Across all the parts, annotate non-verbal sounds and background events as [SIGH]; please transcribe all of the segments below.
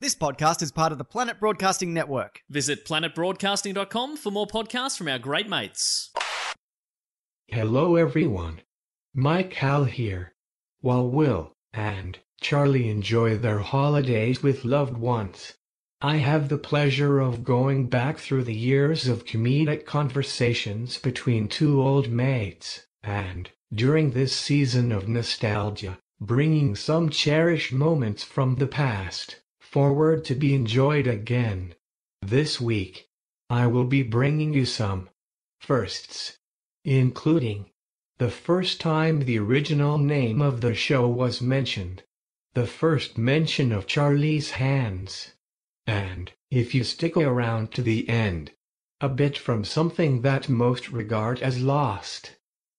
This podcast is part of the Planet Broadcasting Network. Visit planetbroadcasting.com for more podcasts from our great mates. Hello everyone. Mike Hal here. While Will and Charlie enjoy their holidays with loved ones, I have the pleasure of going back through the years of comedic conversations between two old mates, and, during this season of nostalgia, bringing some cherished moments from the past forward to be enjoyed again. This week, I will be bringing you some firsts, including the first time the original name of the show was mentioned, the first mention of Charlie's hands, and, if you stick around to the end, a bit from something that most regard as lost.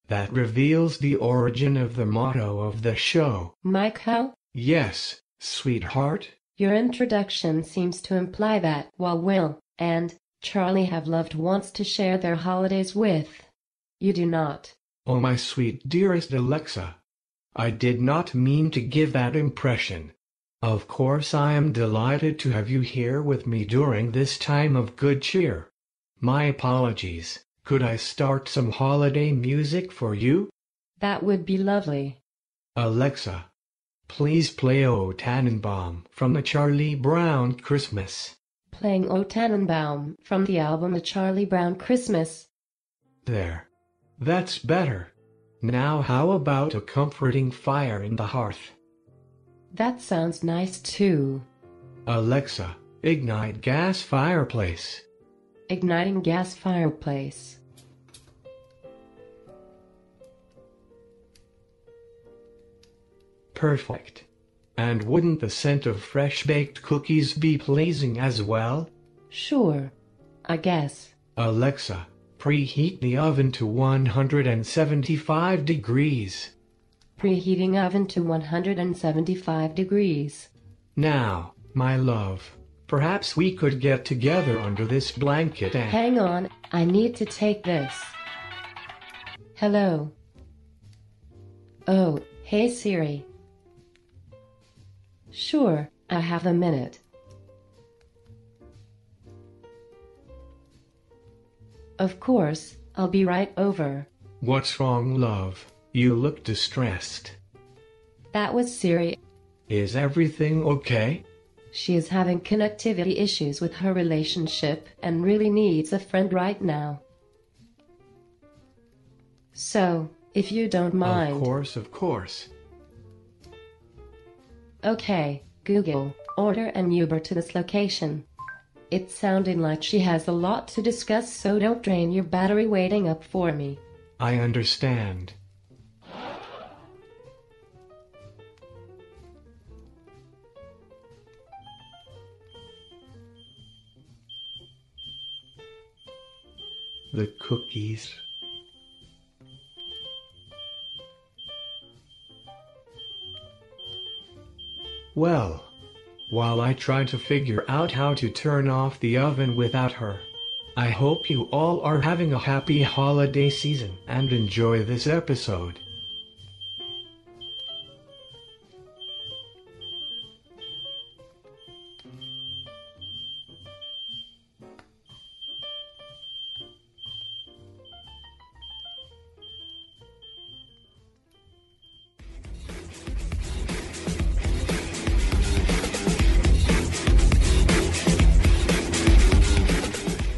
That reveals the origin of the motto of the show. Michael, Yes, sweetheart, your introduction seems to imply that while Will and Charlie have loved ones to share their holidays with, you do not. oh my sweet dearest Alexa. I did not mean to give that impression. Of course, I am delighted to have you here with me during this time of good cheer. My apologies. Could I start some holiday music for you? That would be lovely. Alexa, please play O Tannenbaum from the Charlie Brown Christmas. Playing O Tannenbaum from the album A Charlie Brown Christmas. There. That's better. Now, how about a comforting fire in the hearth? That sounds nice too. Alexa, ignite gas fireplace. Igniting gas fireplace. Perfect. And wouldn't the scent of fresh baked cookies be pleasing as well? Sure. I guess. Alexa, preheat the oven to 175 degrees. Preheating oven to 175 degrees. Now, my love, perhaps we could get together under this blanket and. Hang on, I need to take this. Hello. Oh, hey Siri. Sure, I have a minute. Of course, I'll be right over. What's wrong, love? You look distressed. That was Siri. Is everything okay? She is having connectivity issues with her relationship and really needs a friend right now. So, if you don't mind. Of course, of course. Okay, Google, order an Uber to this location. It's sounding like she has a lot to discuss, so don't drain your battery waiting up for me. I understand. The cookies. Well, while I try to figure out how to turn off the oven without her, I hope you all are having a happy holiday season and enjoy this episode.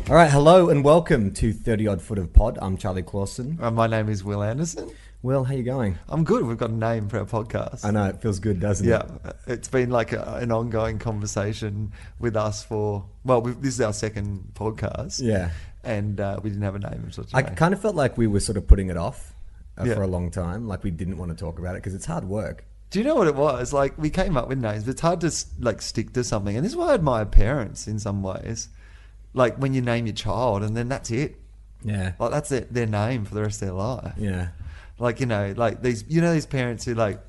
All right, hello and welcome to 30 Odd Foot of Pod. I'm Charlie Clausen. Uh, my name is Will Anderson. Will, how you going? I'm good. We've got a name for our podcast. I know, it feels good, doesn't Yeah, it? it's been like a, an ongoing conversation with us for well, we've, this is our second podcast. Yeah. and uh, we didn't have a name until today. I kind of felt like we were sort of putting it off uh, Yeah. for a long time, like we didn't want to talk about it because it's hard work. Do you know what it was? Like we came up with names, but it's hard to s- like stick to something. And this is why I admire parents in some ways. Like when you name your child, and then that's it. Yeah. Like that's it, their name for the rest of their life. Yeah. Like you know, like these you know these parents who like,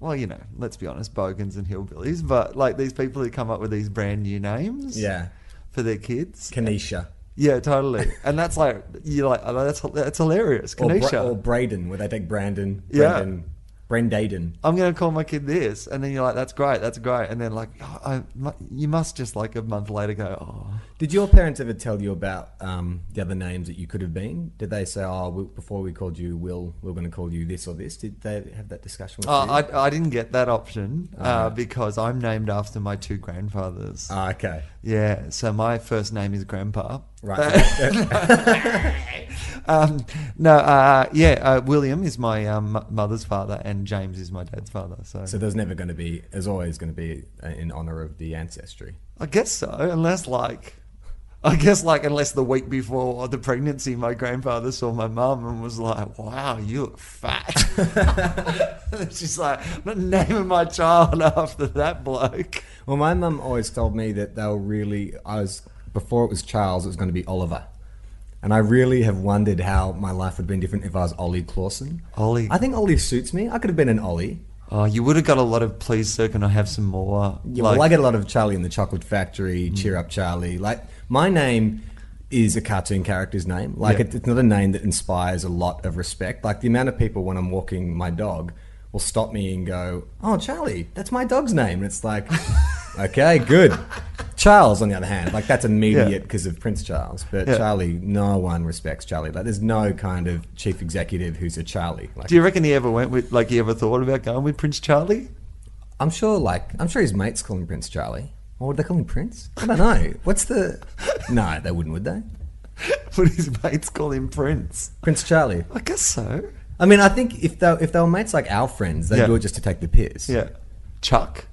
well you know, let's be honest, bogans and hillbillies, but like these people who come up with these brand new names. Yeah. for their kids. Kanisha. Yeah, totally. And that's like you're like oh, that's that's hilarious. Or, Kanisha. Bra- or Braden, where they take Brandon. Yeah. Brendan, Brendaden. I'm going to call my kid this. And then you're like, that's great, that's great. And then, like, oh, I, mu- you must just, like, a month later go, oh. Did your parents ever tell you about um, the other names that you could have been? Did they say, "Oh, we, before we called you Will, we are going to call you this or this"? Did they have that discussion with Oh, you? I, I didn't get that option Uh-huh. uh, because I'm named after my two grandfathers. Ah, okay, Yeah, so my first name is Grandpa. Uh, right. Um, no, uh, yeah, uh, William is my um, mo- mother's father, and James is my dad's father. So, so there's never going to be, there's always going to be uh, in honor of the ancestry. I guess so, unless like, I guess like unless the week before the pregnancy, my grandfather saw my mum and was like, "Wow, you [LAUGHS] look fat." [LAUGHS] She's like, "I'm not naming my child [LAUGHS] after that bloke." Well, my mum always told me that they were really. I was before it was Charles, it was going to be Oliver, and I really have wondered how my life would have been different if I was Ollie Clausen. Ollie. I think Ollie suits me. I could have been an Ollie. Oh, you would have got a lot of please, sir. Can I have some more? Yeah, well, I get a lot of Charlie in the Chocolate Factory, Cheer Up Charlie. Like, my name is a cartoon character's name. Like, Yeah. it, it's not a name that inspires a lot of respect. Like, the amount of people when I'm walking my dog will stop me and go, Oh, Charlie, that's my dog's name. And it's [LAUGHS] like, Okay, good. Charles, on the other hand, like, that's immediate because of Prince Charles. But Yeah. Charlie, no one respects Charlie. Like, there's no kind of chief executive who's a Charlie. Like, Do you reckon he ever went with, like, he ever thought about going with Prince Charlie? [LAUGHS] I'm sure, like, I'm sure his mates call him Prince Charlie. Or would they call him Prince? I don't know. What's [LAUGHS] the? No, they wouldn't, would they? Would his mates call him Prince? Prince Charlie. I guess so. I mean, I think if they if they were mates like our friends, they'd Yeah. do it just to take the piss. Yeah. Chuck?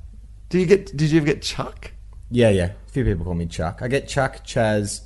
Do you get? Did you ever get Chuck? yeah, yeah. A few people call me Chuck. I get Chuck, Chaz,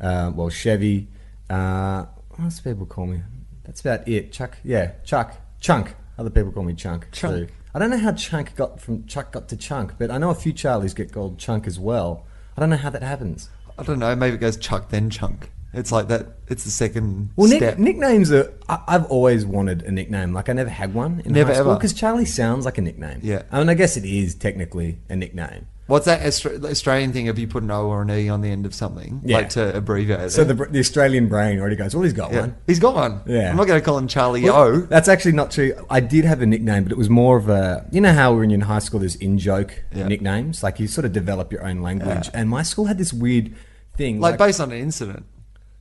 uh, well Chevy. Uh, what else do people call me? That's about it. Chuck. Yeah, Chuck. Chunk. Other people call me Chunk. Chunk. too. I don't know how Chunk got from Chuck got to Chunk, but I know a few Charlies get called Chunk as well. I don't know how that happens. I don't know. Maybe it goes Chuck then Chunk. It's like that. It's the second Well, step. nick, nicknames are. I, I've always wanted a nickname. Like I never had one in Never high school ever. because Charlie sounds like a nickname. Yeah. I mean, I guess it is technically a nickname. What's that Austra- Australian thing? If you put an O or an E on the end of something, Yeah. like to abbreviate it. So the the Australian brain already goes. Well, he's got yeah. one. he's got one. Yeah. I'm not going to call him Charlie Well, O. That's actually not true. I did have a nickname, but it was more of a. You know how when you're in high school, there's in joke Yeah. nicknames. Like you sort of develop your own language. And my school had this weird thing. Like based on an incident.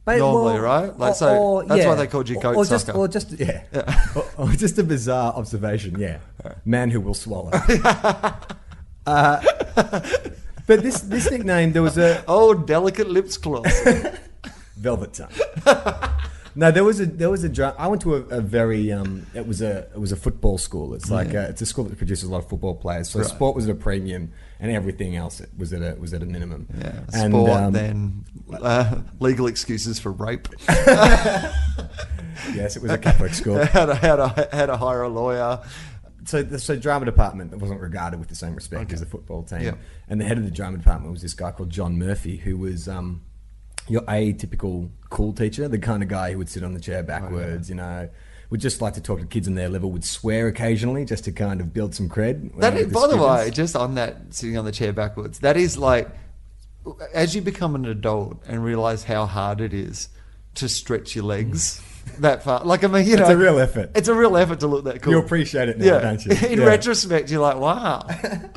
But, normally, right? Like, so that's why they called you goat or just, sucker. Or just yeah, [LAUGHS] or, or just a bizarre observation. Yeah, man who will swallow. [LAUGHS] uh, but this this nickname there was a Oh, delicate [LAUGHS] lips clause. velvet tongue. [LAUGHS] No, there was a there was a dra- I went to a, a very um, it was a it was a football school. It's like uh it's a school that produces a lot of football players. So sport was at a premium, and everything else was at a was at a minimum. yeah. And, Sport um, then uh, legal excuses [LAUGHS] for rape. [LAUGHS] Yes, it was a Catholic school. how to how to how to hire a lawyer. so the so drama department wasn't regarded with the same respect as the football team. Yeah. And the head of the drama department was this guy called John Murphy, who was um, your atypical cool teacher, the kind of guy who would sit on the chair Oh, backwards, you know. Would just like to talk to kids on their level. Would swear occasionally just to kind of build some cred. That uh, is, with by the way, students. just on that, sitting on the chair backwards, that is like, as you become an adult and realize how hard it is to stretch your legs that far. Like, I mean, you Mm. It's know, a real effort. It's a real effort to look that cool. You appreciate it now, yeah. don't you? [LAUGHS] In Yeah. retrospect, you're [LAUGHS] like, wow,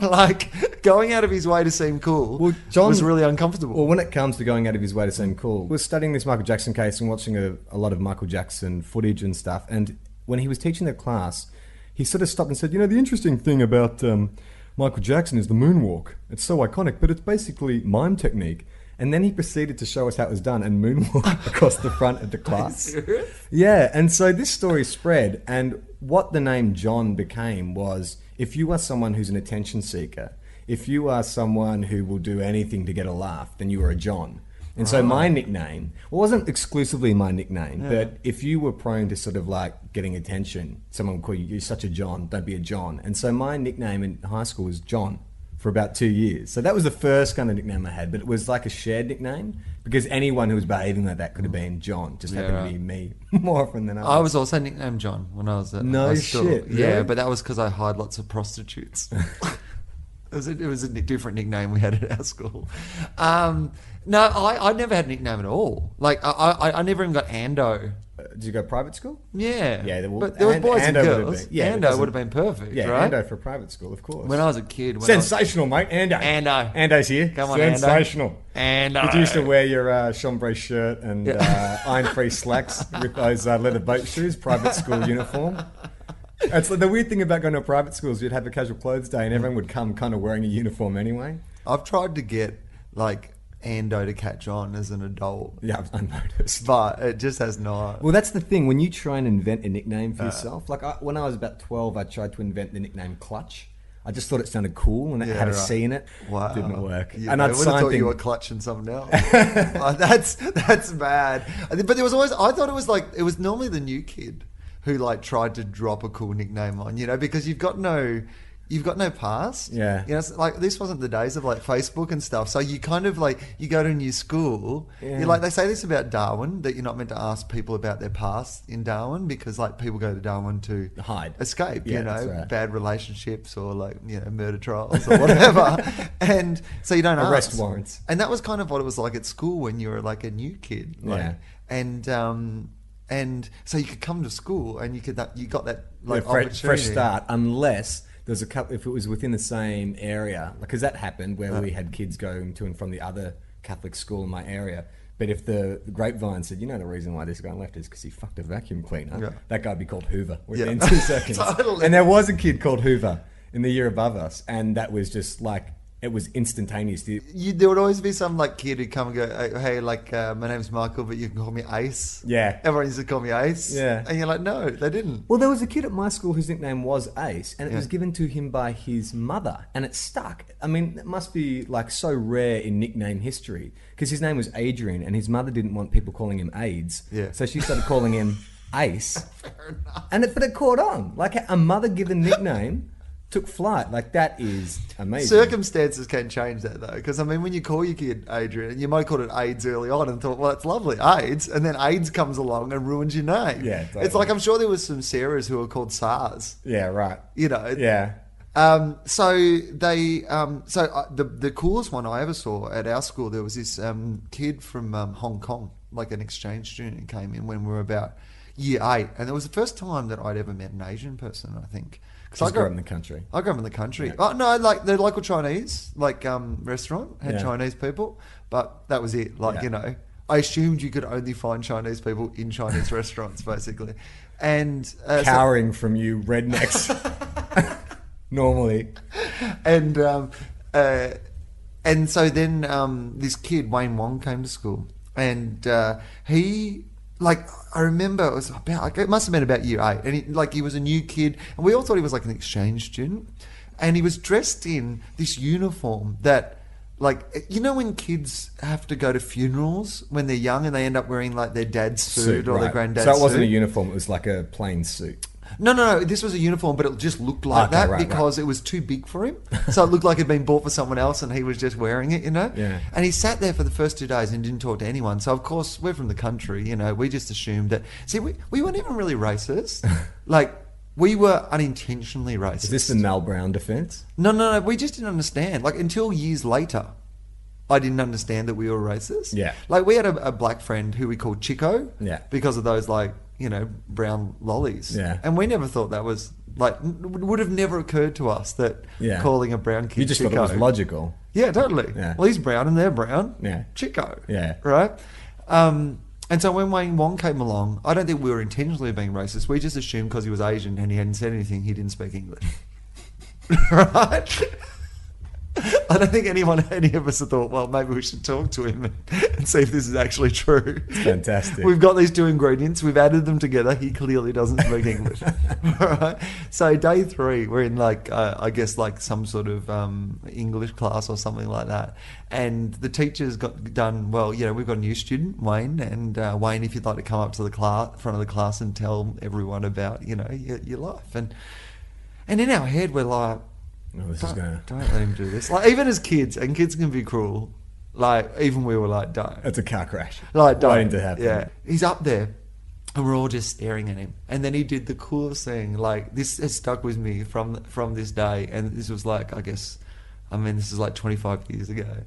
like going out of his way to seem cool Well, John- was really uncomfortable. Well, when it comes to going out of his way to seem cool, we're studying this Michael Jackson case and watching a, a lot of Michael Jackson footage and stuff. And when he was teaching the class, he sort of stopped and said, "You know, the interesting thing about um, Michael Jackson is the moonwalk. It's so iconic, but it's basically mime technique." And then he proceeded to show us how it was done and moonwalk [LAUGHS] across the front of the class. Yeah, and so this story spread, and what the name John became was if you are someone who's an attention seeker, if you are someone who will do anything to get a laugh, then you are a John. And so my nickname well, it wasn't exclusively my nickname, but if you were prone to sort of like getting attention, someone would call you, you're such a John, don't be a John. And so my nickname in high school was John for about two years. So that was the first kind of nickname I had, but it was like a shared nickname because anyone who was behaving like that could have been John, just happened to right. be me [LAUGHS] more often than I others. was also nicknamed John when I was at No high school. shit, yeah, really? but that was because I hired lots [LAUGHS] of prostitutes. it was a, it was a ni- different nickname we had at our school. Um, no, I, I never had a nickname at all. Like I, I, I never even got Ando. Did you go private school? Yeah. Yeah, there were- but there was and- boys and, Ando would've girls. been- yeah, it Ando doesn't- would have been perfect, Yeah, right? Ando for private school, of course. When I was a kid, when I was- Sensational, mate. Ando. Ando. Ando's here. Come on, Ando. Sensational. Ando. But you used to wear your uh, chambray shirt and Yeah. uh, iron-free slacks with those uh, leather boat shoes, private school uniform. It's like the weird thing about going to a private school is you'd have a casual clothes day Mm. and everyone would come kind of wearing a uniform anyway. I've tried to get like Ando to catch on as an adult, Yeah, I was unnoticed. but it just has not. Well, that's the thing. When you try and invent a nickname for Uh. yourself, like I, when I was about 12, I tried to invent the nickname Clutch. I just thought it sounded cool and it Yeah, had a right. C in it. Wow. Didn't work. Yeah, and I I'd would have sign thought things. you were clutching something else. [LAUGHS] Uh, that's that's bad. I think- But there was always I thought it was like it was normally the new kid who like tried to drop a cool nickname on, you know, because you've got no you've got no past. Yeah. You know, it's like this wasn't the days of like Facebook and stuff. So you kind of like you go to a new school. Yeah. You're like they say this about Darwin that you're not meant to ask people about their past in Darwin because like people go to Darwin to Hide. escape, Yeah, you know, that's right. bad relationships or like you know murder trials [LAUGHS] or whatever, and so you don't Arrest ask. warrants. And that was kind of what it was like at school when you were like a new kid, like, Yeah. And um, and so you could come to school and you could that you got that like a fre- fresh, opportunity. start, unless there's a couple. If it was within the same area, because that happened where we had kids going to and from the other Catholic school in my area. But if the grapevine said, you know, the reason why this guy left is because he fucked a vacuum cleaner, Yeah. that guy'd be called Hoover within Yeah. [LAUGHS] two seconds. Totally. And there was a kid called Hoover in the year above us, and that was just like it was instantaneous. The- You, there would always be some like kid who'd come and go, "Hey, like uh, my name's Michael, but you can call me Ace." Yeah. everyone used to call me Ace. Yeah. and you're like, "No, they didn't." Well, there was a kid at my school whose nickname was Ace, and it Yeah. was given to him by his mother, and it stuck. I mean, it must be like so rare in nickname history because his name was Adrian, and his mother didn't want people calling him AIDS, Yeah. so she started calling [LAUGHS] him Ace. And it, but it caught on. Like a mother-given nickname took flight. Like that is amazing. Circumstances can change that though, because I mean, when you call your kid Adrian, you might have called it AIDS early on and thought, "Well, that's lovely, AIDS," and then AIDS comes along and ruins your name. Yeah, totally. it's like I'm sure there was some Sarahs who were called SARS. yeah, right. You know, Yeah. um, so they, um, so uh, the the coolest one I ever saw at our school, there was this um, kid from um, Hong Kong, like an exchange student, who came in when we were about year eight, and it was the first time that I'd ever met an Asian person. I think because Just grew up in the country. I grew up in the country. Oh no, like the local Chinese, like um, restaurant had Yeah. Chinese people, but that was it. Like Yeah. you know, I assumed you could only find Chinese people in Chinese [LAUGHS] restaurants, basically, and uh, so- Cowering from you rednecks. [LAUGHS] [LAUGHS] Normally. and um, uh, and so then um, this kid Wayne Wong came to school, and uh, he like I remember it was about like, it must have been about year eight, and he, like he was a new kid, and we all thought he was like an exchange student, and he was dressed in this uniform that. Like you know, when kids have to go to funerals when they're young, and they end up wearing like their dad's suit, or their right. granddad's. So it wasn't suit? a uniform, it was like a plain suit. No, no, no. This was a uniform, but it just looked like Okay, that right, because it was too big for him. So it looked like it'd been bought for someone else, and he was just wearing it, you know. Yeah. And he sat there for the first two days and didn't talk to anyone. So of course, we're from the country, you know. We just assumed that. See, we, we weren't even really [LAUGHS] racist. like we were unintentionally racist. Is this the Mel Brown defense? no, no, no. We just didn't understand. Like until years later. I didn't understand that we were racist. Yeah. Like, we had a, a black friend who we called Chico. Yeah. Because of those, like, you know, brown lollies. Yeah. And we never thought that was like n- would have never occurred to us that Yeah. calling a brown kid You just Chico. thought it was logical. Yeah, totally. Yeah. Well, he's brown and they're brown. Yeah. Chico. Yeah. Right. Um, and so when Wayne Wong came along, I don't think we were intentionally being racist. We just assumed because he was Asian and he hadn't said anything, he didn't speak English. [LAUGHS] right. [LAUGHS] I don't think anyone, any of us, have thought, well, maybe we should talk to him and, and see if this is actually true. fantastic. We've got these two ingredients. We've added them together. He clearly doesn't speak [LAUGHS] English. All right. So day three, we're in like uh, I guess like some sort of um, English class or something like that. And the teacher's got done well. You know, we've got a new student, Wayne, and uh, Wayne, if you'd like to come up to the class, front of the class, and tell everyone about you know your, your life. And and in our head, we're like, No, Oh, this is don't, gonna. don't let him do this. Like even as kids, and kids can be cruel. Like even we were like, don't. [LAUGHS] That's a car crash. Like, don't. waiting to happen. Yeah. He's up there. And we're all just staring at him. And then he did the coolest thing. Like, this has stuck with me from from this day. And this was like, I guess, [LAUGHS] I mean, this is like 25 years ago.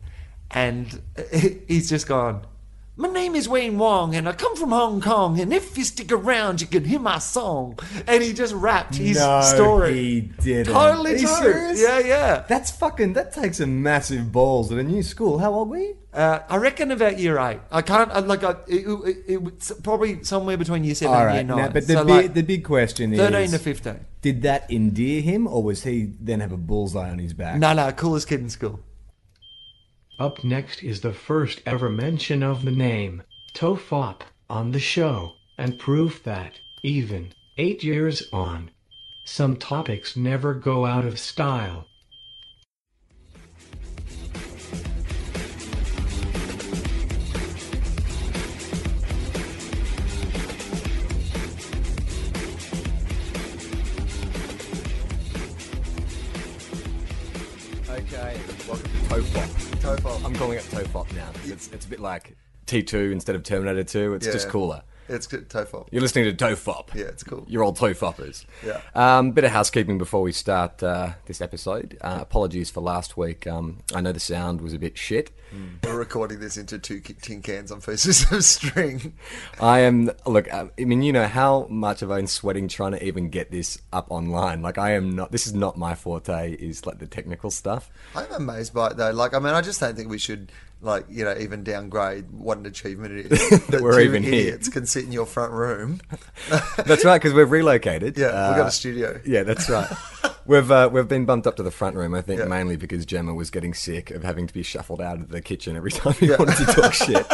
And he- he's just gone, My name is Wayne Wong, and I come from Hong Kong. And if you stick around, you can hear my song. And he just rapped his no, story. he didn't. Totally Are you true. serious? Yeah, yeah. That's fucking. That takes some massive balls at a new school. How old were you? Uh, I reckon about year eight. I can't. I, like, I, it, it, it, was probably somewhere between year seven All and right, year nine. now, but the, so big, like the big question thirteen is: to fifteen. Did that endear him, or was he then have a bullseye on his back? No, no, coolest kid in school. Up next is the first ever mention of the name Tofop on the show, and proof that, even eight years on, some topics never go out of style. Okay, welcome to Tofop. Tofop. I'm calling it Tofop now because it's, it's a bit like T2 instead of Terminator 2. It's just Yeah. cooler. It's good. Tofop. You're listening to Tofop. Yeah, it's cool. Your old Tofoppers. Yeah. Um, bit of housekeeping before we start uh, this episode. Uh, apologies for last week. Um, I know the sound was a bit shit. We're recording this into two ki- tin cans on pieces [LAUGHS] of string. I am look. uh, I I mean, you know how much I've been sweating trying to even get this up online. Like, I am not. This is not my forte. Is like the technical stuff. I'm amazed by it though. Like, I mean, I just don't think we should, like, you know, even downgrade what an achievement it [LAUGHS] is that We're two even here. idiots can sit in your front room. [LAUGHS] That's right, because we've relocated. Yeah, we've got Uh, a studio. Yeah, that's right. we've uh, we've been bumped up to the front room, I think, Yeah. mainly because Gemma was getting sick of having to be shuffled out of the kitchen every [LAUGHS] time we wanted to talk shit.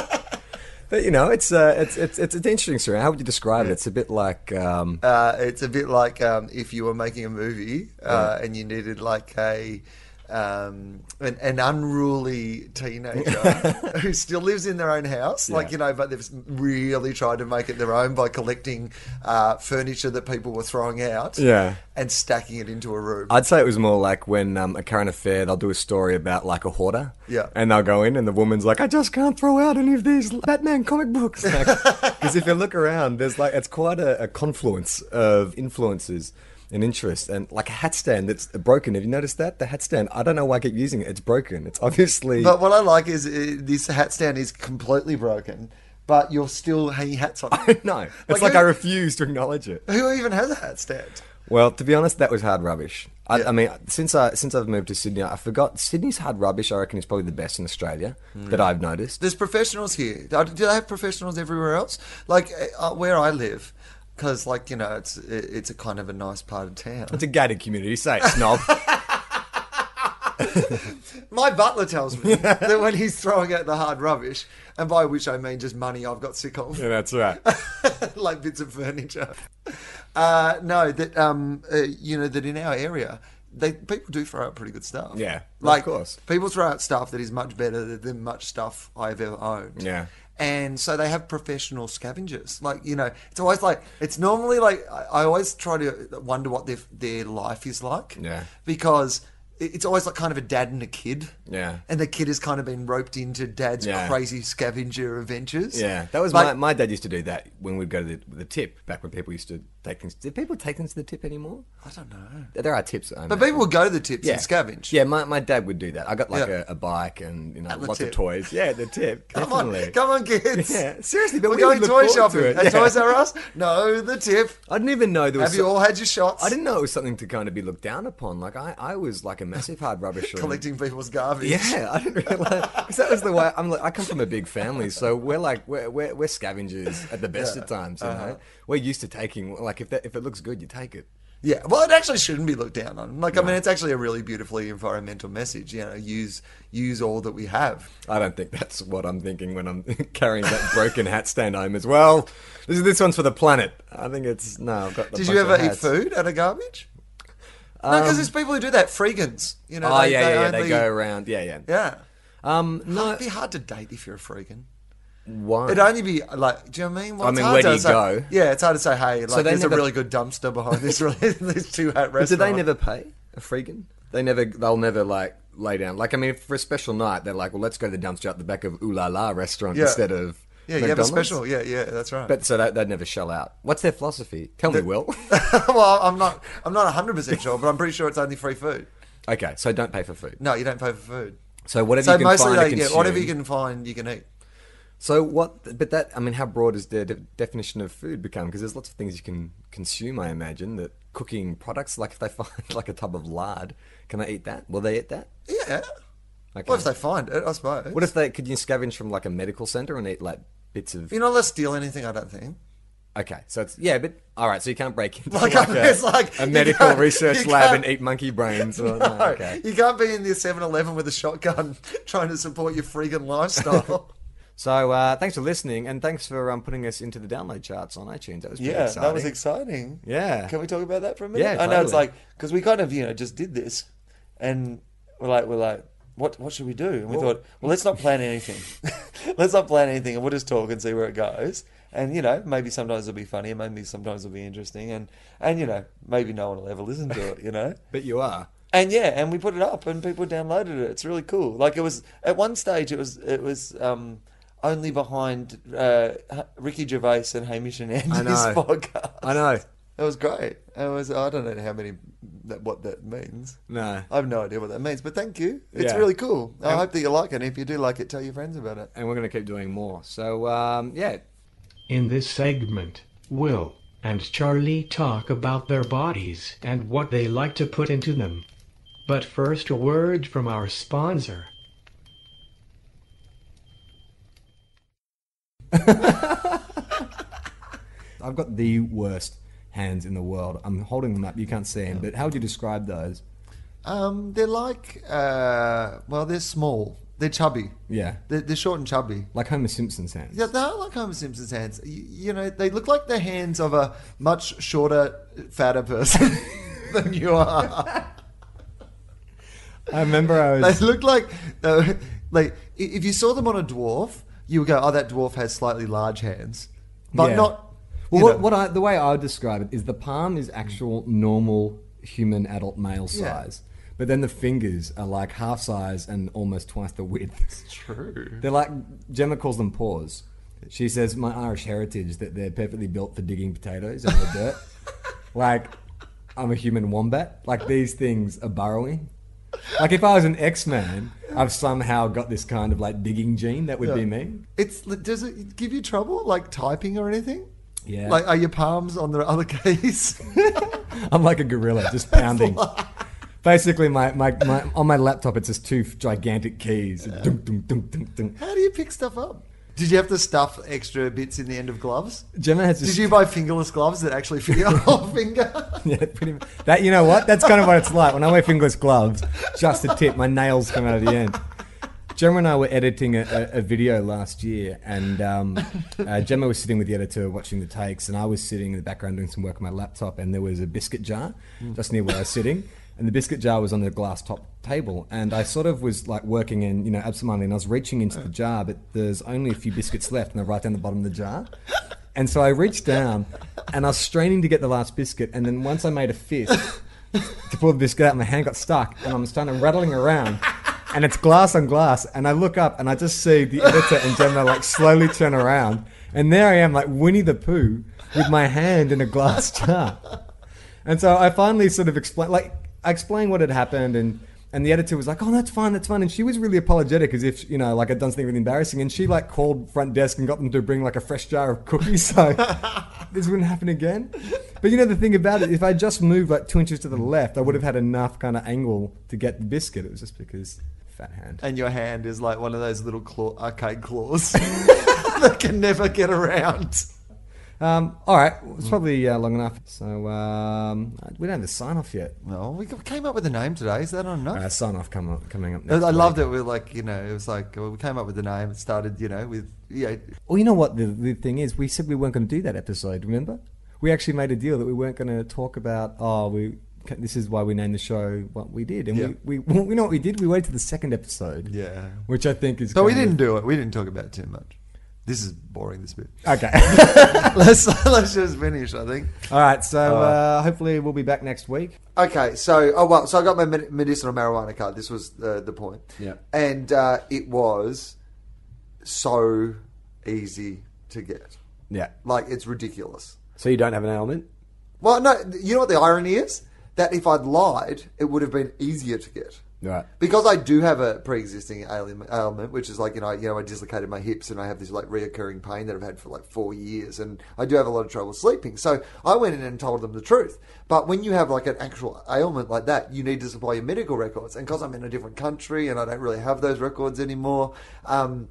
But you know, it's uh, it's it's it's an interesting story. How would you describe it? It's a bit like um, Uh, it's a bit like um, if you were making a movie uh, and you needed like a um, an, an unruly teenager who still lives in their own house, like you know, but they've really tried to make it their own by collecting uh, furniture that people were throwing out, Yeah. and stacking it into a room. I'd say it was more like when um, a current affair they'll do a story about like a hoarder, Yeah. and they'll go in and the woman's like, I just can't throw out any of these Batman comic books, [LAUGHS] because if you look around, there's like it's quite a, a confluence of influences and interests, and like a hat stand that's broken. Have you noticed that the hat stand? I don't know why I keep using it. It's broken. It's obviously but what I like is uh, this hat stand is completely broken, but you're still hanging hats on. [LAUGHS] [LAUGHS] it. no. It's like, Like, I who- refuse to acknowledge it. Who even has a hat stand? Well, to be honest, that was hard rubbish. I, Yeah. I mean, since I since I've moved to Sydney, I forgot Sydney's hard rubbish. I reckon is probably the best in Australia Hmm. that I've noticed. There's professionals here. Do do they have professionals everywhere else? Like uh, where I live, because like you know, it's it's a kind of a nice part of town. It's a gated community, say [LAUGHS] it, snob. My butler tells [LAUGHS] me that when he's throwing out the hard rubbish, and by which I mean just money I've got sick of, that's right. [LAUGHS] like bits of furniture. Uh, no, that um, uh, you know that in our area. They, people do throw out pretty good stuff. Yeah, of like course. people throw out stuff that is much better than much stuff I've ever owned. Yeah. And so they have professional scavengers. Like, you know, it's always like, it's normally like, I I always try to wonder what their, their life is like. Yeah. Because it- it's always like kind of a dad and a kid. Yeah. And the kid has kind of been roped into dad's Yeah. crazy scavenger adventures. Yeah, that was Like- my, my dad used to do that when we'd go to the, the tip back when people used to take things. Did people take things to the tip anymore? I don't know. There are tips, I But imagine. people would go to the tips and scavenge. Yeah, my, my dad would do that. I got like Yeah. a, a bike and you know At the lots tip. of toys. Yeah, at the tip. [LAUGHS] Come on, definitely. come on, kids. Yeah, seriously, but we're we didn't going look forward toy to shopping. it. At Yeah. Toys R Us? No, the tip. I didn't even know there was. Have you so- all had your shots? I didn't know it was something to kind of be looked down upon. Like I, I was like a massive hard [LAUGHS] rubbisher. and- collecting people's garbage. Yeah, I didn't realize because that was the way I'm. Like, I come from a big family, so we're like we're we're, we're scavengers at the best of times. You uh-huh. know, we're used to taking like if that, if it looks good, you take it. Yeah, well, it actually shouldn't be looked down on. Like, I mean, it's actually a really beautifully environmental message. You know, use use all that we have. I don't think that's what I'm thinking when I'm [LAUGHS] carrying that broken hat stand home as well. This is this one's for the planet. I think it's no. I've got the Did bunch you ever of eat hats. Um, food out of garbage? no, because there's people who do that. Freegans, you know. Oh yeah, yeah, yeah. only- They go around. Yeah, yeah. Yeah, Um, no. it'd be hard to date if you're a freegan. Why? It'd only be like, do you know what I mean? Well, I it's mean, hard where to do you say- go? Yeah, it's hard to say. Hey, like, they there's never- a really good dumpster behind this. [LAUGHS] Really, these two hat But do restaurant. they never pay a freegan? They never. They'll never like lay down. Like I mean, for a special night, they're like, well, let's go to the dumpster at the back of Ooh La La restaurant Yeah. instead of Yeah, you have a McDonald's. special. Yeah, yeah, that's right. But so they, they'd never shell out. What's their philosophy? Tell me, Will. [LAUGHS] [LAUGHS] well, I'm not. I'm not 100 percent sure, but I'm pretty sure it's only free food. okay, so don't pay for food. No, you don't pay for food. So whatever So you can mostly find, they to get consume, whatever you can find, you can eat. So what? But that I mean, how broad is the de- definition of food become? Because there's lots of things you can consume. I imagine that cooking products, like if they [LAUGHS] find like a tub of lard, can they eat that? Will they eat that? Yeah. Okay. What if they find it? I suppose. What if they could you scavenge from like a medical center and eat like bits of? You're not allowed to steal anything, I don't think. Okay, so it's yeah, but all right. So you can't break into Like, like, I mean, a, it's like, a you medical can't- research you lab can't- and eat monkey [LAUGHS] brains. Or, no, No, okay. You can't be in the 7 Eleven with a shotgun [LAUGHS] trying to support your freaking lifestyle. [LAUGHS] So uh, thanks for listening, and thanks for um, putting us into the download charts on iTunes. That was pretty [LAUGHS] Yeah, exciting. that was exciting. Yeah. Can we talk about that for a minute? Yeah, I know it's totally. like because we kind of you know just did this, and we're like we're like what what should we do? And we thought well let's not plan anything, [LAUGHS] let's not plan anything, and we'll just talk and see where it goes. And you know maybe sometimes it'll be funny, and maybe sometimes it'll be interesting, and and you know maybe no one will ever listen to it, you [LAUGHS] know. but you are. And yeah, and we put it up, and people downloaded it. It's really cool. Like it was at one stage, it was it was um, only behind uh, H- Ricky Gervais and Hamish and Andy's [LAUGHS] know. podcast. I know. It was great. It was. I don't know how many that, what that means. No. I have no idea what that means. But thank you. It's Yeah. really cool. I hope that you like it. And if you do like it, tell your friends about it. And we're going to keep doing more. So um, yeah, In this segment, Will and Charlie talk about their bodies and what they like to put into them. But first, a word from our sponsor. I've got the worst hands in the world. I'm holding them up. You can't see them, but how would you describe those? um, they're like, uh, well, they're small. They're chubby. Yeah, They're, they're short and chubby. like Homer Simpson's hands. Yeah, they are like Homer Simpson's hands. You, you know, they look like the hands of a much shorter, fatter person [LAUGHS] than you are. I remember I [LAUGHS] They was. look like, uh, like i- if you saw them on a dwarf, you would go, "Oh, that dwarf has slightly large hands," but Yeah. not. Well, you what, know. what I, the way I would describe it is the palm is actual normal human adult male Yeah. size, but then the fingers are like half size and almost twice the [LAUGHS] width. True. They're like Gemma calls them paws. She says my Irish heritage that they're perfectly built for digging potatoes out of the [LAUGHS] dirt. Like I'm a human wombat. Like these things are burrowing. Like if I was an X-Man, I've somehow got this kind of like digging gene. That would be me. It's does it give you trouble like typing or anything? Yeah. Like, are your palms on the other [LAUGHS] keys? I'm like a gorilla, just pounding. Basically, my, my, my on my laptop, it's just two gigantic keys. Dunk, dunk, dunk, dunk, dunk. How do you pick stuff up? Did you have to stuff extra bits in the end of gloves? Gemma has Did this. you buy fingerless gloves that actually fit your whole finger? [LAUGHS] Yeah, pretty much. That you know what? That's kind of what it's like when I wear fingerless gloves. Just the tip, my nails come out of the end. Gemma and I were editing a, a, a video last year, and um, uh, Gemma was sitting with the editor watching the takes, and I was sitting in the background doing some work on my laptop, and there was a biscuit jar just near where I was sitting, and the biscuit jar was on the glass top table, and I sort of was like working in, you know, absentmindedly, and I was reaching into the jar, but there's only a few biscuits left, and I write down the bottom of the jar. And so I reached down and I was straining to get the last biscuit. And then once I made a fist to pull the biscuit out, my hand got stuck and I'm starting rattling around. And it's glass on glass. And I look up and I just see the editor and Gemma like slowly turn around. And there I am, like Winnie the Pooh, with my hand in a glass [LAUGHS] jar. And so I finally sort of explained, like, I explained what had happened, and and the editor was like, "Oh, that's fine, that's fine." And she was really apologetic, as if you know, like I'd done something really embarrassing. And she like called front desk and got them to bring like a fresh jar of cookies, [LAUGHS] so this wouldn't happen again. But you know, the thing about it, if I just moved like two inches to the left, I would have had enough kind of angle to get the biscuit. It was just because fat hand. and your hand is like one of those little claw- arcade claws [LAUGHS] that can never get around. Um, all right, it's probably uh, long enough. So um, we don't have a sign off yet. No, we came up with a name today. Is that not enough? Uh, sign off come up, coming up. I Next I week. loved it. We were like, you know, it was like well, we came up with the name. It started, you know, with yeah, Well, you know what the, the thing is? We said we weren't going to do that episode, remember? We actually made a deal that we weren't going to talk about, oh, we this is why we named the show what we did. And Yeah. we, [LAUGHS] we, well, you know what we did? We waited to the second episode. yeah. Which I think is. So we kind didn't of- do it. We didn't talk about it too much. This is boring. [LAUGHS] This bit. Okay. let's let's just finish. I think. All right. So uh, hopefully we'll be back next week. Okay, so oh well, so I got my med- medicinal marijuana card. This was the the point. Yeah. and uh, it was so easy to get. Yeah. Like it's ridiculous. So you don't have an ailment? Well, no, you know what the irony is that if I'd lied, it would have been easier to get. Right. because I do have a pre-existing ailment, ailment, which is like you know, you know, I dislocated my hips and I have this like reoccurring pain that I've had for like four years, and I do have a lot of trouble sleeping. So I went in and told them the truth. But when you have like an actual ailment like that, you need to supply your medical records, and because I'm in a different country and I don't really have those records anymore. Um,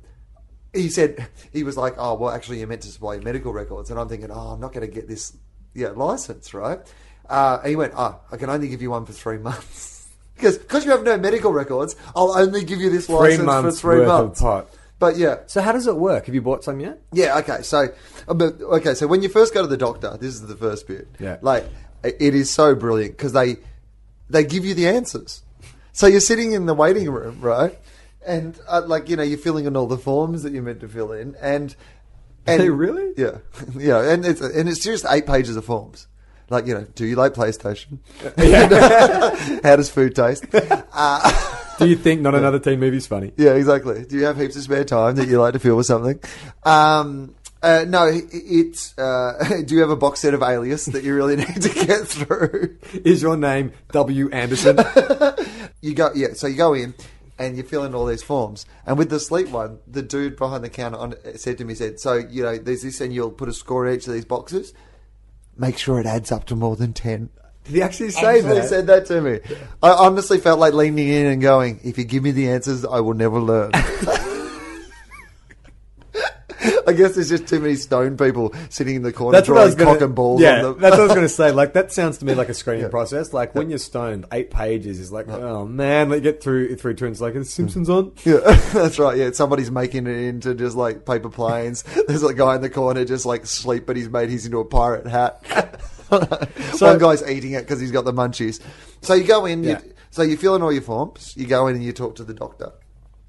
he said he was like, "Oh, well, actually, you're meant to supply your medical records," and I'm thinking, "Oh, I'm not going to get this, yeah, license, right?" Uh, and he went, "Oh, I can only give you one for three months [LAUGHS] because because you have no medical records, I'll only give you this Three license months for three worth months." of pot. But yeah, So how does it work? Have you bought some yet? yeah, okay. So, uh, but okay, so when you first go to the doctor, this is the first bit. Yeah. like i- it is so brilliant because they they give you the answers. So you're sitting in the waiting room, right? And uh, like you know, you're filling in all the forms that you're meant to fill in, and and They really? yeah, [LAUGHS] yeah, and it's and it's just eight pages of forms. Like you know, do you like PlayStation? [LAUGHS] How does food [LAUGHS] taste? [LAUGHS] Uh, Do you think not another teen movie's funny? Yeah, exactly. Do you have heaps of spare time that you like to fill with something? Um, uh, no, it- it's. Uh, [LAUGHS] do you have a box set of alias that you really [LAUGHS] need to get through? Is your name W. [LAUGHS] Anderson? You go, yeah. So you go in and you fill in all these forms. And with the sleep one, the dude behind the counter on, uh, said to me, "said So you know, there's this, and you'll put a score in each of these boxes. Make sure it adds up to more than ten. Did he actually say Actually that? said that to me. I honestly felt like leaning in and going, "If you give me the answers, I will never learn." [LAUGHS] I guess there's just too many stone people sitting in the corner That's what I drawing was gonna, cock and balls yeah, on them. that's what I [LAUGHS] was going to say. Like that sounds to me like a screening process. Like when you're stoned, eight pages is like, oh man, let you get through through turns. Like is Simpsons on. Yeah, [LAUGHS] that's right. Yeah, somebody's making it into just like paper planes. [LAUGHS] There's a guy in the corner just like sleep, but he's made his into a [LAUGHS] pirate hat. One guy's eating it because he's got the munchies. So you go in, Yeah. you, so you fill in all your forms. You go in and you talk to the doctor.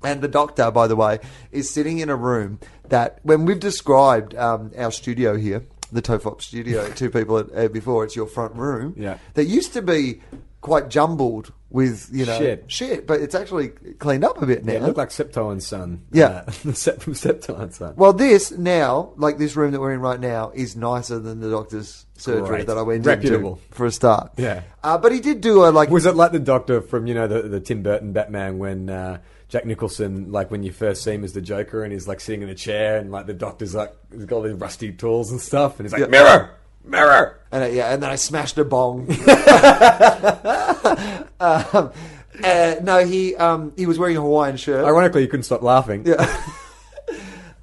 And the doctor, by the way, is sitting in a room that when we've described um, our studio here, the [LAUGHS] Tofop studio, to people uh, before, it's your front room. Yeah. that used to be quite jumbled with you know Shit. shit but it's actually cleaned up a bit now. Yeah, it looked like Septo and Son. Yeah. uh, [LAUGHS] Sep- from Septo and Son. Well, this now, like this room that we're in right now, is nicer than the doctor's surgery Great. that I went Reputable. into for a start. Yeah. uh, but he did do a like. Was it like the Doctor from you know the, the Tim Burton Batman when uh, Jack Nicholson like when you first see him as the Joker and he's like sitting in a chair and like the Doctor's like he's got all these rusty tools and stuff and he's like Yeah. mirror, mirror. and I, yeah, and then I smashed [LAUGHS] a bong. um, uh, no, he um, he was wearing a Hawaiian shirt. Ironically, you couldn't stop laughing.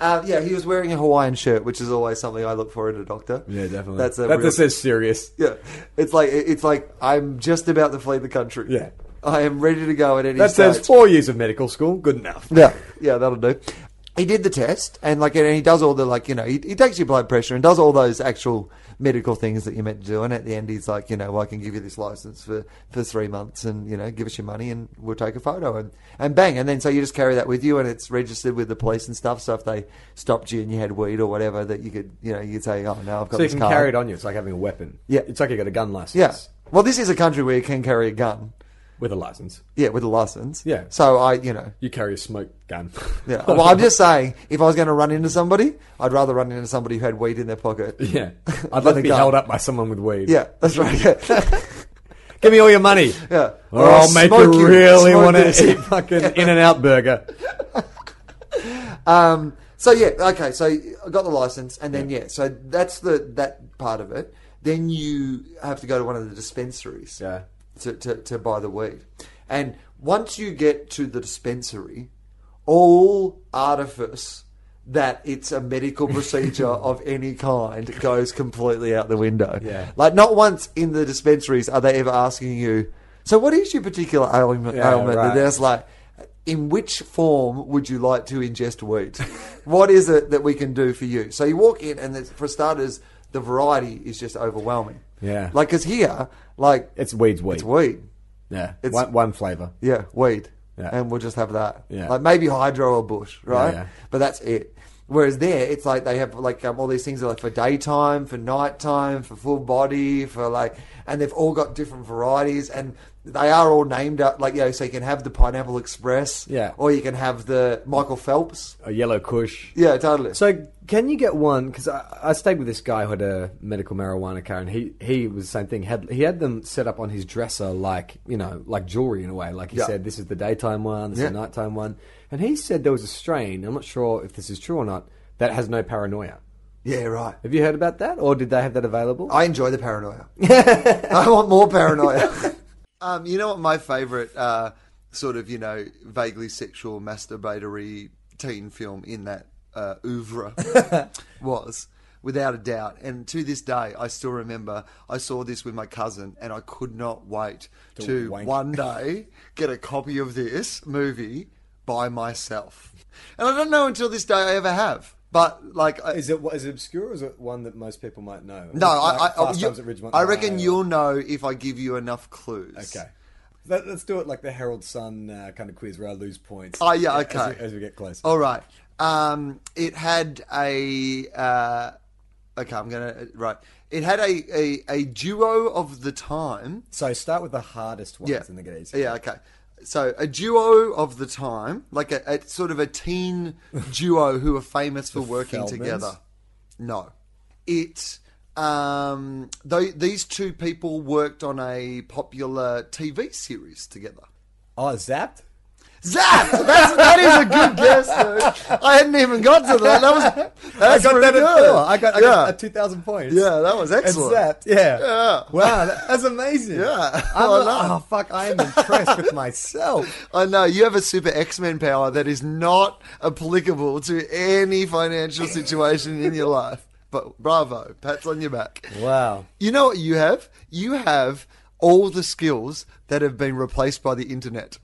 Uh, yeah, he was wearing a Hawaiian shirt, which is always something I look for in a doctor. Yeah, definitely. That's a that real- just says serious. yeah. It's like it's like I'm just about to flee the country. Yeah. I am ready to go at any That stage. says four years of medical school, good enough. Yeah, yeah, that'll do. He did the test, and like, and he does all the like, you know, he, he takes your blood pressure and does all those actual medical things that you're meant to do. And at the end, he's like, you know, well, I can give you this license for for three months, and you know, give us your money, and we'll take a photo, and and bang, and then so you just carry that with you, and it's registered with the police and stuff. So if they stopped you and you had weed or whatever, that you could, you know, you could say, oh no, I've got So you this can card. carry it on you. It's like having a weapon. Yeah. It's like you got a gun license. Yeah. Well, this is a country where you can carry a gun. With a license. Yeah, with a license. Yeah. So I, you know, You carry a smoke gun. [LAUGHS] Yeah. Well, I'm just saying, if I was going to run into somebody, I'd rather run into somebody who had weed in their pocket. [LAUGHS] [LAUGHS] Yeah. I'd like to a be gun. held up by someone with weed. Yeah, that's right. [LAUGHS] [LAUGHS] Yeah. Give me all your money. Yeah. Or, I'll, make smoke you really smoke want to you. [LAUGHS] eat [LAUGHS] fucking In and Out burger. Um, so yeah, okay. So I got the license, and then yeah. so that's the that part of it. Then you have to go to one of the dispensaries Yeah. to, to, to buy the weed. And once you get to the dispensary, all artifice that it's a [LAUGHS] medical procedure of any kind goes completely out the window. Yeah. Like not once in the dispensaries are they ever asking you, so what is your particular ailment? Yeah, ailment? right. And there's like, in which form would you like to ingest wheat? [LAUGHS] what is it that we can do for you? So you walk in, and it's- for starters, the variety is just overwhelming. Yeah. Like, because here, like, It's weed's weed. it's weed. Yeah. it's- one, one flavour. Yeah, weed. Yeah. And we'll just have that. Yeah. Like maybe hydro or bush, right? Yeah, yeah. But that's it. Whereas there, it's like they have like um, all these things that are like for daytime, for nighttime, for full body, for like, and they've all got different varieties, and they are all named up. Like you know, so you can have the pineapple express, Yeah. or you can have the Michael Phelps, A yellow kush. yeah, totally. So Can you get one? Because I, I stayed with this guy who had a medical marijuana car, and he, he was the same thing. Had he had them set up on his dresser, like you know, like jewelry in a way. Like he Yeah. said, this is the daytime one, this Yeah. is the nighttime one, and he said there was a strain. I'm not sure if this is true or not. That has no paranoia. Yeah, right. Have you heard about that, or did they have that available? I enjoy the paranoia. [LAUGHS] I want more paranoia. um, you know what my favourite uh, sort of, you know, vaguely sexual masturbatory teen film in that uh, oeuvre was, without a doubt. And to this day, I still remember I saw this with my cousin and I could not wait to, wank. one day get a copy of this movie by myself. And I don't know until this day I ever have. But like, I- Is it is it obscure or is it one that most people might know? no, Like I, I, Fast you- Times at Ridgemont I reckon High or- you'll know if I give you enough clues. Okay. Let, us do it like the Herald Sun uh, kind of quiz where I lose points. Oh, yeah, as we- As okay. Oh. we, get closer. All right. Um, it had a. Uh, okay, I'm gonna right. It had a, a a duo of the time. So start with the hardest ones Yeah. and then get easier. Yeah. Okay. So a duo of the time, like a, a sort of a [LAUGHS] teen duo who were famous for working Feldmans? together. No, it. Um, they, these two people worked on a popular TV series together. Oh, zapped? Zap! That's, that is a good guess, dude. I hadn't even got to that. That was that's [LAUGHS] I got pretty that at good. four. I got, I yeah. got a 2,000 points. yeah, that was And excellent. Ah, zapped, yeah. Yeah. Wow, that- that's amazing. Yeah. [LAUGHS] I'm, I know. oh, fuck, I am impressed [LAUGHS] with myself. I know you have a super X Men power that is not applicable to any financial situation in your life. But bravo, pats on your back. Wow. You know what you have? You have all the skills that have been replaced by the internet.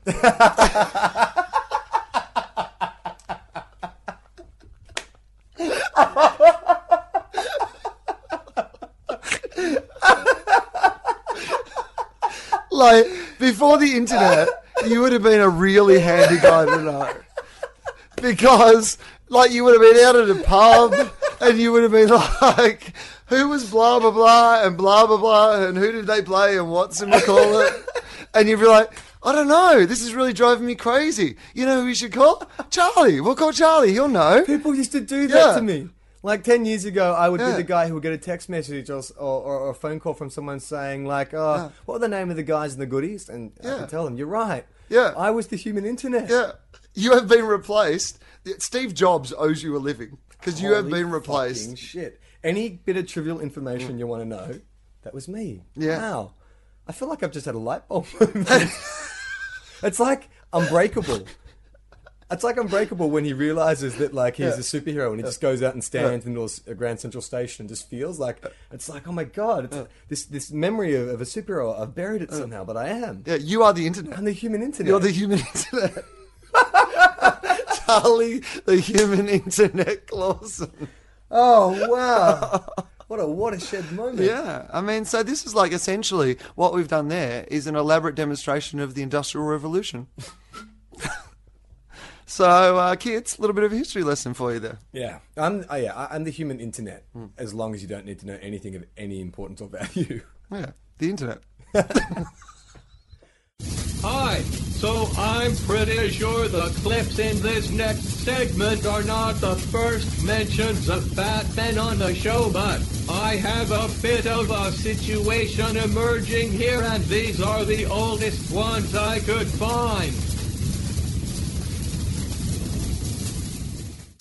like before the internet, you would have been a really handy guy to know because like you would have been out at a pub and you would have been like, who was blah blah blah and blah blah blah and who did they play and what's in call it, and you'd be like. I don't know. This is really driving me crazy. You know who we should call? Charlie. We'll call Charlie. He'll know. [LAUGHS] People used to do that Yeah. to me. Like 10 years ago, I would Yeah. be the guy who would get a text message or, s- or, or or a phone call from someone saying, like, oh, what are the name of the guys in the goodies? And I Yeah. could tell them, you're right. Yeah. I was the human internet. Yeah. You have been replaced. Steve Jobs owes you a living because you have Holy been replaced. Mm. fucking Shit. Any bit of trivial information you want to know, that was me. Yeah. Wow. I feel like I've just had a light bulb [LAUGHS] moment. it's like unbreakable. It's like Unbreakable when he realizes that like he's a superhero and he just goes out and stands in the middle of Grand Central Station and just feels like it's like oh my god it's, this this memory of, of a superhero I've buried it somehow but I am Yeah, you are the internet. I'm the human internet You're the human [LAUGHS] internet. Charlie, the human internet Clausen. oh [LAUGHS] wow what a watershed moment Yeah, I mean, so this is like essentially what we've done there is an elaborate demonstration of the Industrial Revolution. [LAUGHS] so, uh, kids, a little bit of a history lesson for you there. Yeah, I'm. Oh yeah, I- I'm the human internet. As long as you don't need to know anything of any importance or value. [LAUGHS] Yeah, the internet. Hi, so I'm pretty sure the clips in this next segment are not the first mentions of Batman on the show, but I have a bit of a situation emerging here, and these are the oldest ones I could find.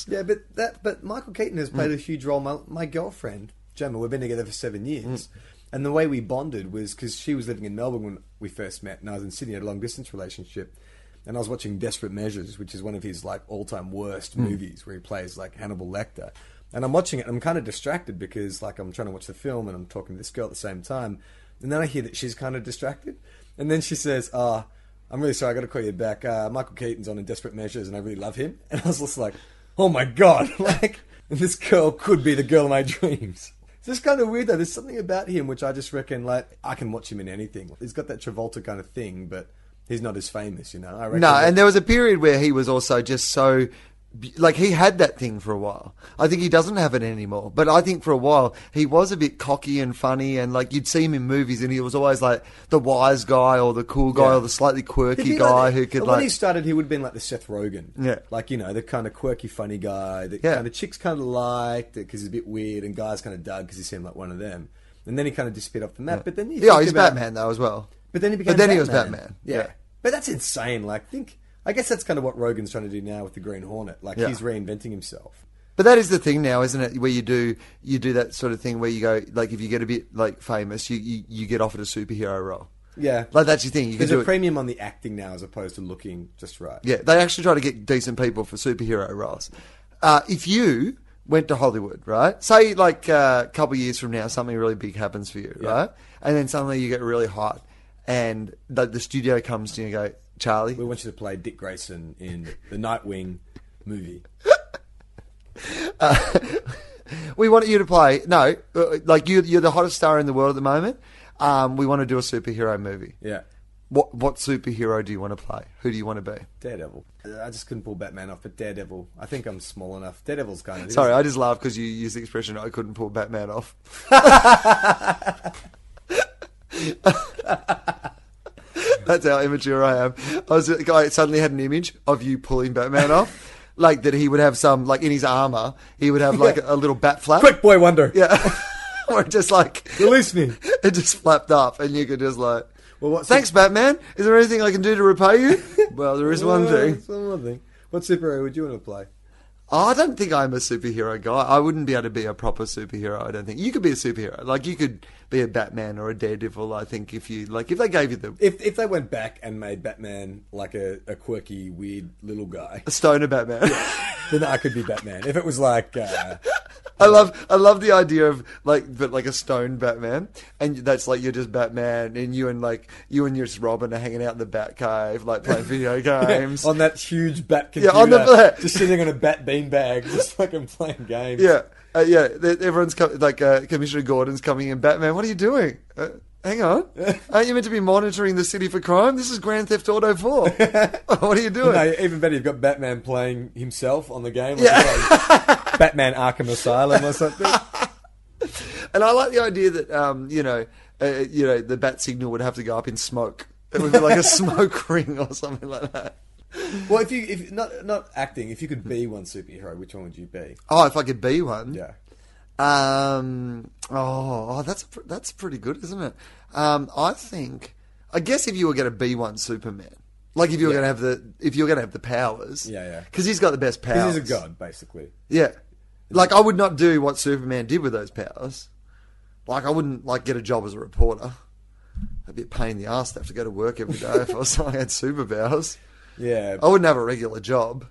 Yeah, but that. But Michael Keaton has played a huge role. My, my girlfriend, Gemma, we've been together for seven years, and the way we bonded was because she was living in Melbourne when we first met, and I was in Sydney, had a long distance relationship, and I was watching Desperate Measures, which is one of his like all time worst movies, where he plays like Hannibal Lecter. And I'm watching it, and I'm kind of distracted because like I'm trying to watch the film, and I'm talking to this girl at the same time, and then I hear that she's kind of distracted, and then she says, "Ah." I'm really sorry. I got to call you back. Uh, Michael Keaton's on in Desperate Measures, and I really love him. [LAUGHS] And I was just like, oh my god, [LAUGHS] like this girl could be the girl of my dreams. It's just kind of weird though. There's something about him which I just reckon like I can watch him in anything. He's got that Travolta kind of thing, but he's not as famous, you know. I reckon No, that- and there was a period where he was also just so b- like he had that thing for a while. I think he doesn't have it anymore. But I think for a while he was a bit cocky and funny, and like you'd see him in movies, and he was always like the wise guy or the cool guy Yeah. or the slightly He'd quirky be guy like the- who could when like he started, he would have been like the Seth Rogen. Yeah. like you know the kind of quirky, funny guy that Yeah. kind of chicks kind of liked because he's a bit weird, and guys kind of dug because he seemed like one of them. And then he kind of disappeared off the map. But then you yeah, think he's about- Batman though as well. But then he became. But then he was Batman, Yeah. yeah. but that's insane. Like think, I guess that's kind of what Rogan's trying to do now with the Green Hornet. Like Yeah. he's reinventing himself. But that is the thing now, isn't it? Where you do you do that sort of thing where you go like if you get a bit like famous, you you, you get offered a superhero role. Yeah, Like that's your thing. You can there's do a it. premium on the acting now as opposed to looking just right. Yeah, they actually try to get decent people for superhero roles. Uh, if you went to Hollywood, right? Say like uh, a couple of years from now, something really big happens for you, right? And then suddenly you get really hot, and the, the studio comes to you and go, Charlie, we want you to play Dick Grayson in the Nightwing movie. we want you to play. No, uh, like you, you're the hottest star in the world at the moment. Um, we want to do a superhero movie. Yeah, What what superhero do you want to play? Who do you want to be? Daredevil. I just couldn't pull Batman off, but Daredevil. I think I'm small enough. Daredevil's kind of Sorry, I just laughed because you used the expression I couldn't pull Batman [LAUGHS] off. That's how immature I am. I was I suddenly had an image of you pulling Batman off. Like that he would have some like in his armor, he would have like a little bat flap. quick boy wonder. Yeah. [LAUGHS] or just like [LAUGHS] Release me. it just flapped up and you could just like Well, what's Thanks, Batman. Is there anything I can do to repay [LAUGHS] you? well, there is one thing. That's one thing. What superhero would you want to play? I don't think I'm a superhero guy. I wouldn't be able to be a proper superhero. I don't think you could be a superhero. Like you could be a Batman or a Daredevil. I think if you like, if they gave you the If if they went back and made Batman like a, a quirky, weird little guy, a stoner Batman, then I could be Batman. If it was like uh, [LAUGHS] I love, I love the idea of like, but like a stone Batman, and that's like you're just Batman, and you and like you and your Robin are hanging out in the Bat Cave, like playing video games. on that huge bat Yeah, computer, on the bat. just sitting on a bat beanbag, just fucking playing games. Yeah, uh, yeah. th- Everyone's co- like uh, Commissioner Gordon's coming in. Batman, what are you doing? Uh, hang on, aren't you meant to be monitoring the city for crime? This is Grand Theft Auto Four. what are you doing? No, even better, you've got Batman playing himself on the game. Like [LAUGHS] like Batman Arkham Asylum or something. And I like the idea that um, you know, uh, you know, the bat signal would have to go up in smoke. It would be like a [LAUGHS] smoke ring or something like that. Well, if you if not not acting, if you could be one superhero, which one would you be? Oh, if I could be one. Yeah, Um. Oh, oh, that's pr- that's pretty good, isn't it? Um. I think. I guess if you were going to be one Superman, like if you were going to have the if you were going to have the powers, Yeah, yeah. because he's got the best powers. this is a god basically. Yeah. Like I would not do what Superman did with those powers. Like I wouldn't like get a job as a reporter. I'd be a pain in the ass to have to go to work every [LAUGHS] day if I was I had superpowers. Yeah, I wouldn't have a regular job.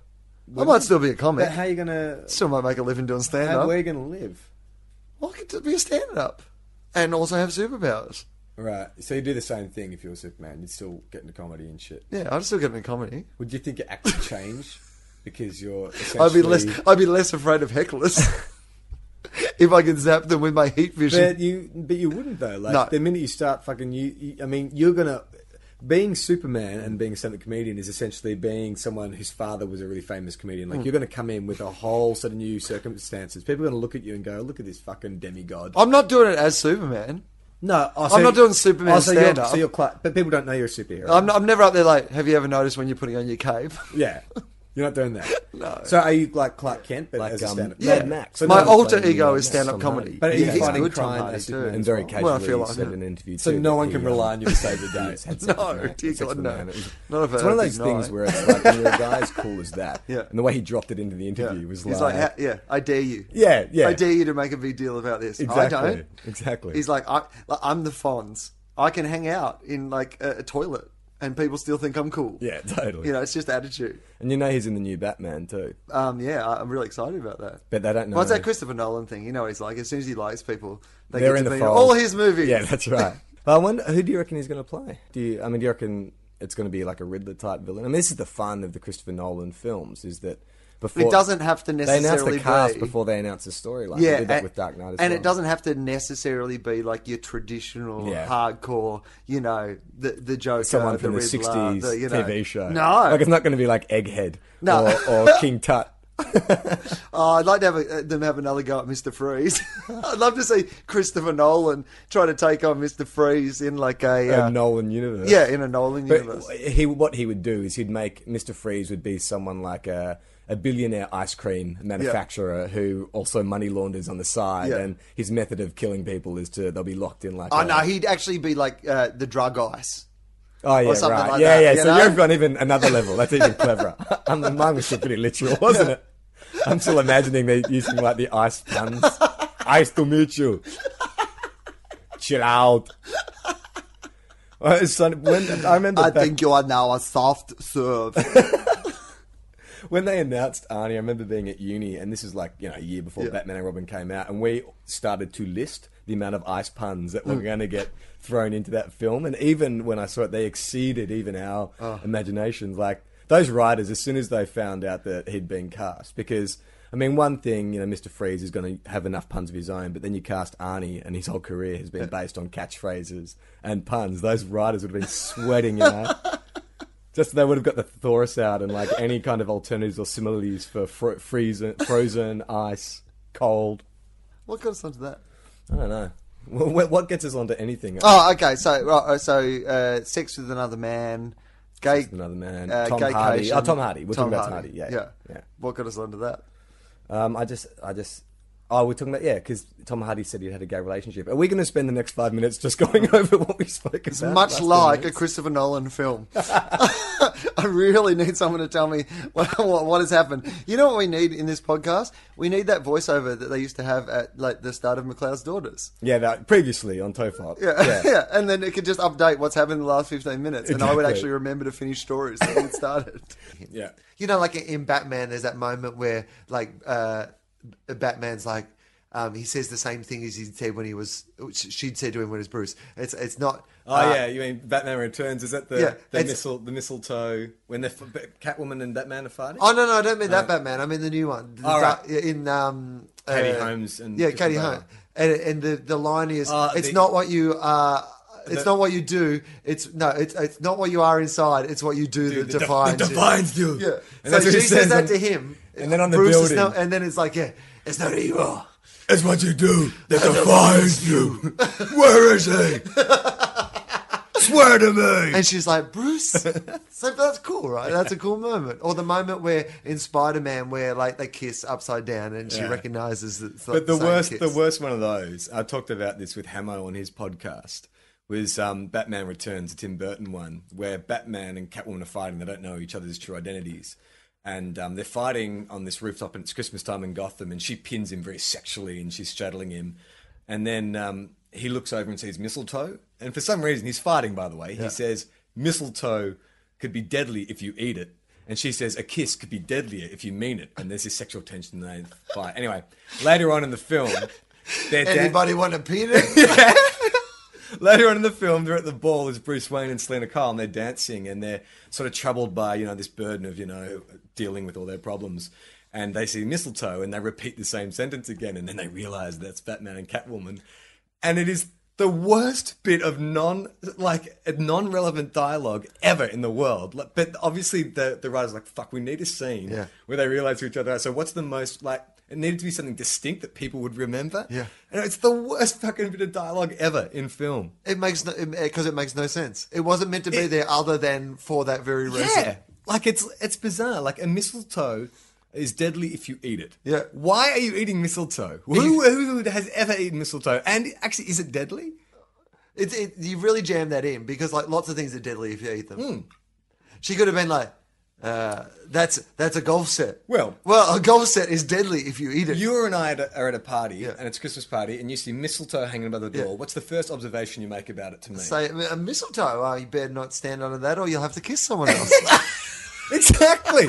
I might still be a comic. but how you gonna? still might make a living doing stand How up. where you gonna live? Well, I could be a stand up and also have superpowers. Right, so you do the same thing if you were Superman. You'd still get into comedy and shit. Yeah, I'd still get into comedy. Would you think your [LAUGHS] act would change because you're? I'd be essentially- less I'd be less afraid of hecklers [LAUGHS] if I could zap them with my heat vision. But you, but you wouldn't though. Like No. the minute you start fucking, you, you, I mean, you're gonna being Superman and being a stand-up comedian is essentially being someone whose father was a really famous comedian. Hmm. Like you're going to come in with a whole set of new circumstances. People are going to look at you and go, "Look at this fucking demigod." I'm not doing it as Superman. no, oh, I'm not doing Superman so you're- stand-up. So you're, cla- but people don't know you're a superhero. I'm, not, I'm never up there like, have you ever noticed when you're putting on your cape? yeah, you're not [LAUGHS] doing that. no. So are you like Clark Kent, but as a um, stand-up? yeah. No. Max. So My no, alter like, ego yeah, is stand-up comedy. But he's he's finding good crime Tom Hardy, as Superman too. as And very casually Well, I feel like said it. in an interview. So too, no that one he, can um, rely on you to [LAUGHS] save the day. had sex with No, Matt- dear sex God, with no. Matt. It was- Not if I It's one of had those big things night. where it's like when you're a guy as cool as that, [LAUGHS] Yeah. and the way he dropped it into the interview was He's like, "Ha- yeah, I dare you. yeah, yeah, I dare you to make a big deal about this. Exactly, I don't. exactly. He's like, I, like, I'm the Fonz. I can hang out in like a, a toilet and people still think I'm cool. yeah, totally. You know, it's just attitude. and you know he's in the new Batman too, Um, yeah, I- I'm really excited about that. but they don't know. What's that Christopher Nolan thing? You know, what he's like as soon as he likes people, they They're get in to the be in fold. all his movies. Yeah, [LAUGHS] that's right. but I wonder who do you reckon he's going to play? Do you? I mean, do you reckon it's going to be like a Riddler type villain? I mean, this is the fun of the Christopher Nolan films is that before It doesn't have to they announce necessarily the cast be- before they announce the storyline. yeah, they did that and, with Dark Knight, as and well. it doesn't have to necessarily be like your traditional Yeah. hardcore, you know, the the Joker, someone from the, Riddler, '60s the, you know, TV show. No, like it's not going to be like Egghead [LAUGHS] No. or, or King Tut. Oh, I'd like to have a, them have another go at Mr. Freeze. [LAUGHS] I'd love to see Christopher Nolan try to take on Mr. Freeze in like a, uh, A Nolan universe. yeah, in a Nolan But universe. he, what he would do is he'd make Mr. Freeze would be someone like a, a billionaire ice cream manufacturer who also money launders on the side, Yeah. and his method of killing people is to they'll be locked in like. Oh a- no, he'd actually be like uh, the drug ice. oh yeah, something right, like yeah, that, yeah. you so know? you've gone even another level. That's even [LAUGHS] cleverer. I mean, mine was still pretty literal, wasn't it? I'm still imagining they using like the ice puns. Ice to meet you. Chill out. Well, it's funny, when, I remember I back think you are now a soft [LAUGHS] serve. when they announced Arnie, I remember being at uni, and this is like you know a year before Batman and Robin came out, and we started to list the amount of ice puns that were going to get thrown into that film. And even when I saw it, they exceeded even our imaginations. Like those writers, as soon as they found out that he'd been cast, because. I mean, one thing, you know, Mr. Freeze is going to have enough puns of his own, but then you cast Arnie, and his whole career has been based on catchphrases and puns. Those writers would have been sweating, you know. Just they would have got the thesaurus out and like any kind of alternatives or similes for fro- freezing, frozen, ice, cold. what got us onto that? I don't know. What, what gets us onto anything? Oh, okay. So, right, so uh, sex with another man, gay, Another man. uh, Tom gay Hardy. cation. Oh, Tom Hardy. We're talking about Tom Hardy. Yeah, yeah. yeah. What got us onto that? Um, I just, I just. Oh, we're talking about yeah, because Tom Hardy said he had a gay relationship. Are we going to spend the next five minutes just going [LAUGHS] over what we spoke about? It's much last ten like a minutes? Christopher Nolan [LAUGHS] film. [LAUGHS] I really need someone to tell me what, what, what has happened. You know what we need in this podcast? We need that voiceover that they used to have at like the start of McLeod's Daughters. yeah, that previously on [LAUGHS] Tofop. Yeah. yeah, and then it could just update what's happened in the last 15 minutes, and I would Exactly. actually remember to finish stories that it [LAUGHS] started. yeah. You know, like in Batman, there's that moment where, like, uh, Batman's like, um, he says the same thing as he said when he was, she'd said to him when it was Bruce. It's it's not. Oh uh, yeah, you mean Batman Returns? Is that the Yeah, the it's- mistle the mistletoe when the f- Catwoman and Batman are fighting? Oh no, no, I don't mean that Batman. I mean the new one. The Uh, All dark- In um, Katie Holmes and yeah, Christian Katie Bale. Holmes. And, and the the line is, Uh, "It's the- not what you are. It's The- not what you do. It's no. It's it's not what you are inside. It's what you do that the- [LAUGHS] defines the you." defines you. Yeah. And so that's what she he says says that on- to him, and then on the Bruce is building. no- and then it's like, yeah, it's not who you are. It's what you do that defines you. Where is he? Swear to me. And she's like, [LAUGHS] Bruce. so that's cool, right? That's a cool moment. Or the moment where in Spider Man, where like they kiss upside down, and she Yeah. recognizes that. It's But the same worst, kiss. the worst one of those. I talked about this with Hamo on his podcast. Was um, Batman Returns, a Tim Burton one, where Batman and Catwoman are fighting. They don't know each other's true identities. And um, they're fighting on this rooftop, and it's Christmas time in Gotham, and she pins him very sexually, and she's straddling him. And then um, he looks over and sees mistletoe. And for some reason, he's fighting, by the way. He says, Mistletoe could be deadly if you eat it. And she says, A kiss could be deadlier if you mean it. And there's this sexual tension and they fight. Anyway, later on in the film, they're dan- Anybody want a [LAUGHS] peanut? later on in the film, they're at the ball as Bruce Wayne and Selena Kyle, and they're dancing, and they're sort of troubled by you know this burden of you know dealing with all their problems. And they see mistletoe, and they repeat the same sentence again, and then they realize that's Batman and Catwoman, and it is the worst bit of non like non relevant dialogue ever in the world. Like, But obviously, the the writers are like fuck, we need a scene Yeah. where they realize to each other. So what's the most like? It needed to be something distinct that people would remember. Yeah. And it's the worst fucking bit of dialogue ever in film. It makes no because it, makes no sense. It wasn't meant to be It- there other than for that very reason. Yeah, like it's it's bizarre. Like a mistletoe is deadly if you eat it. Yeah. Why are you eating mistletoe? Who, who has ever eaten mistletoe? And actually, is it deadly? It, it, you really jam that in because like lots of things are deadly if you eat them. Hmm. She could have been like, uh, "That's that's a golf set." Well- well, a golf set is deadly if you eat it. You and I are at- are at a party, Yeah. and it's a Christmas party, and you see mistletoe hanging by the door. What's the first observation you make about it to me? say a mistletoe. Oh, you better not stand under that, or you'll have to kiss [LAUGHS] someone else. [LAUGHS] exactly.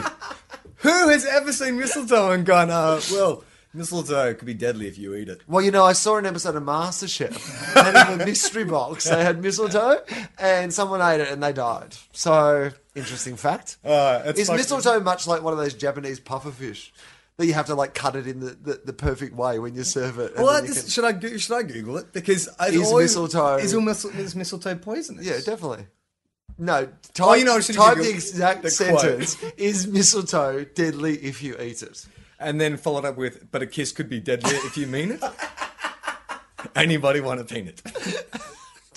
who has ever seen mistletoe and gone, oh, well, mistletoe could be deadly if you eat it? Well, you know, I saw an episode of MasterChef. They had a mystery box. They had mistletoe, and someone ate it and they died. So, interesting fact. Uh, it's Is like- mistletoe much like one of those Japanese puffer fish that you have to like cut it in the, the, the perfect way when you serve it? and Well, then I you just, can- should I go- should I Google it because I Is always, mistletoe- is, all mistle- is mistletoe poisonous? yeah, definitely. No, type, Oh, you know, I should type give the you exact the quote. sentence. Is mistletoe deadly if you eat it? [LAUGHS] and then followed up with, "But a kiss could be deadly if you mean it." [LAUGHS] Anybody want a peanut?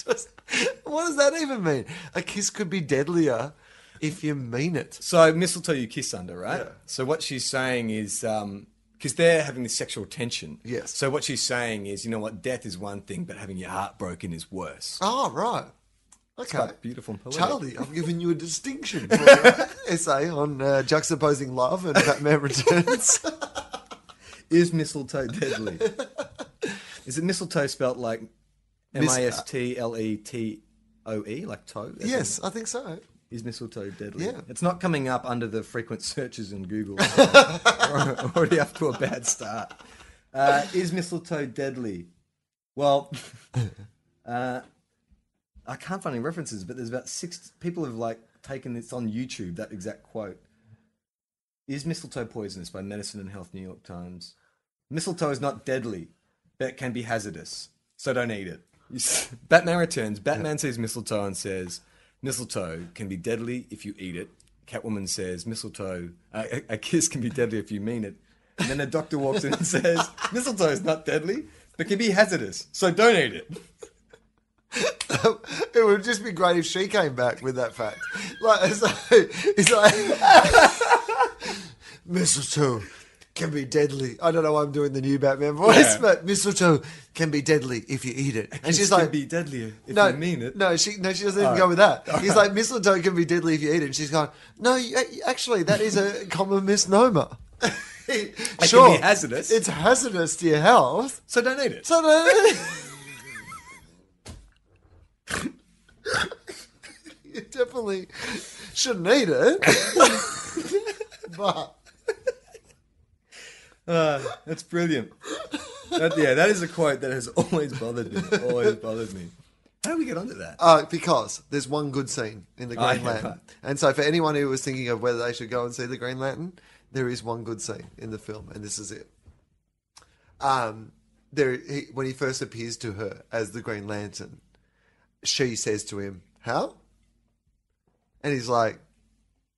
Just- what does that even mean? A kiss could be deadlier if you mean it. So mistletoe you kiss under, right? So what she's saying is, because they're having this sexual tension. Yes. So what she's saying is, you know what? Death is one thing, but having your heart broken is worse. Oh, right. Okay. quite beautiful and poetic. Charlie, I've given you a distinction [LAUGHS] for your essay on uh, juxtaposing love and Batman [LAUGHS] Returns. Is mistletoe deadly? [LAUGHS] is it mistletoe spelt like M I S T L E T O E, like toe? as in- yes, I think so. [LAUGHS] Is mistletoe deadly? Yeah. It's not coming up under the frequent searches in Google. We're already up to a bad start. Uh, is mistletoe deadly? Well, [LAUGHS] uh, I can't find any references, but there's about six people have like taken this on YouTube, that exact quote. Is mistletoe poisonous by Medicine and Health New York Times? Mistletoe is not deadly, but it can be hazardous, so don't eat it. [LAUGHS] Batman returns. Batman sees mistletoe and says, "Mistletoe can be deadly if you eat it." Catwoman says, "Mistletoe, uh, a, a kiss can be deadly if you mean it." And then a doctor walks in [LAUGHS] and says, "Mistletoe is not deadly, but can be hazardous, so don't eat it." It would just be great if she came back with that fact. Like, it's like, it's like [LAUGHS] mistletoe can be deadly. I don't know why I'm doing the new Batman voice, Yeah. but mistletoe can be deadly if you eat it. And she's Kiss can like, "Be deadlier if no, you mean it." No, she no, she doesn't even go with that. He's like, mistletoe can be deadly if you eat it. And she's going, no, you- actually, that is a common [LAUGHS] misnomer. sure, hazardous. It's hazardous to your health. so don't eat it. So no, [LAUGHS] you definitely shouldn't eat it. but Uh, that's brilliant. That- yeah, that is a quote that has always bothered me. Always bothered me. How do we get onto that? uh, because there's one good scene in the Oh, Green yeah, Lantern, right. and so for anyone who was thinking of whether they should go and see the Green Lantern, there is one good scene in the film, and this is it. Um, there he, when he first appears to her as the Green Lantern, she says to him, "How?" And he's like,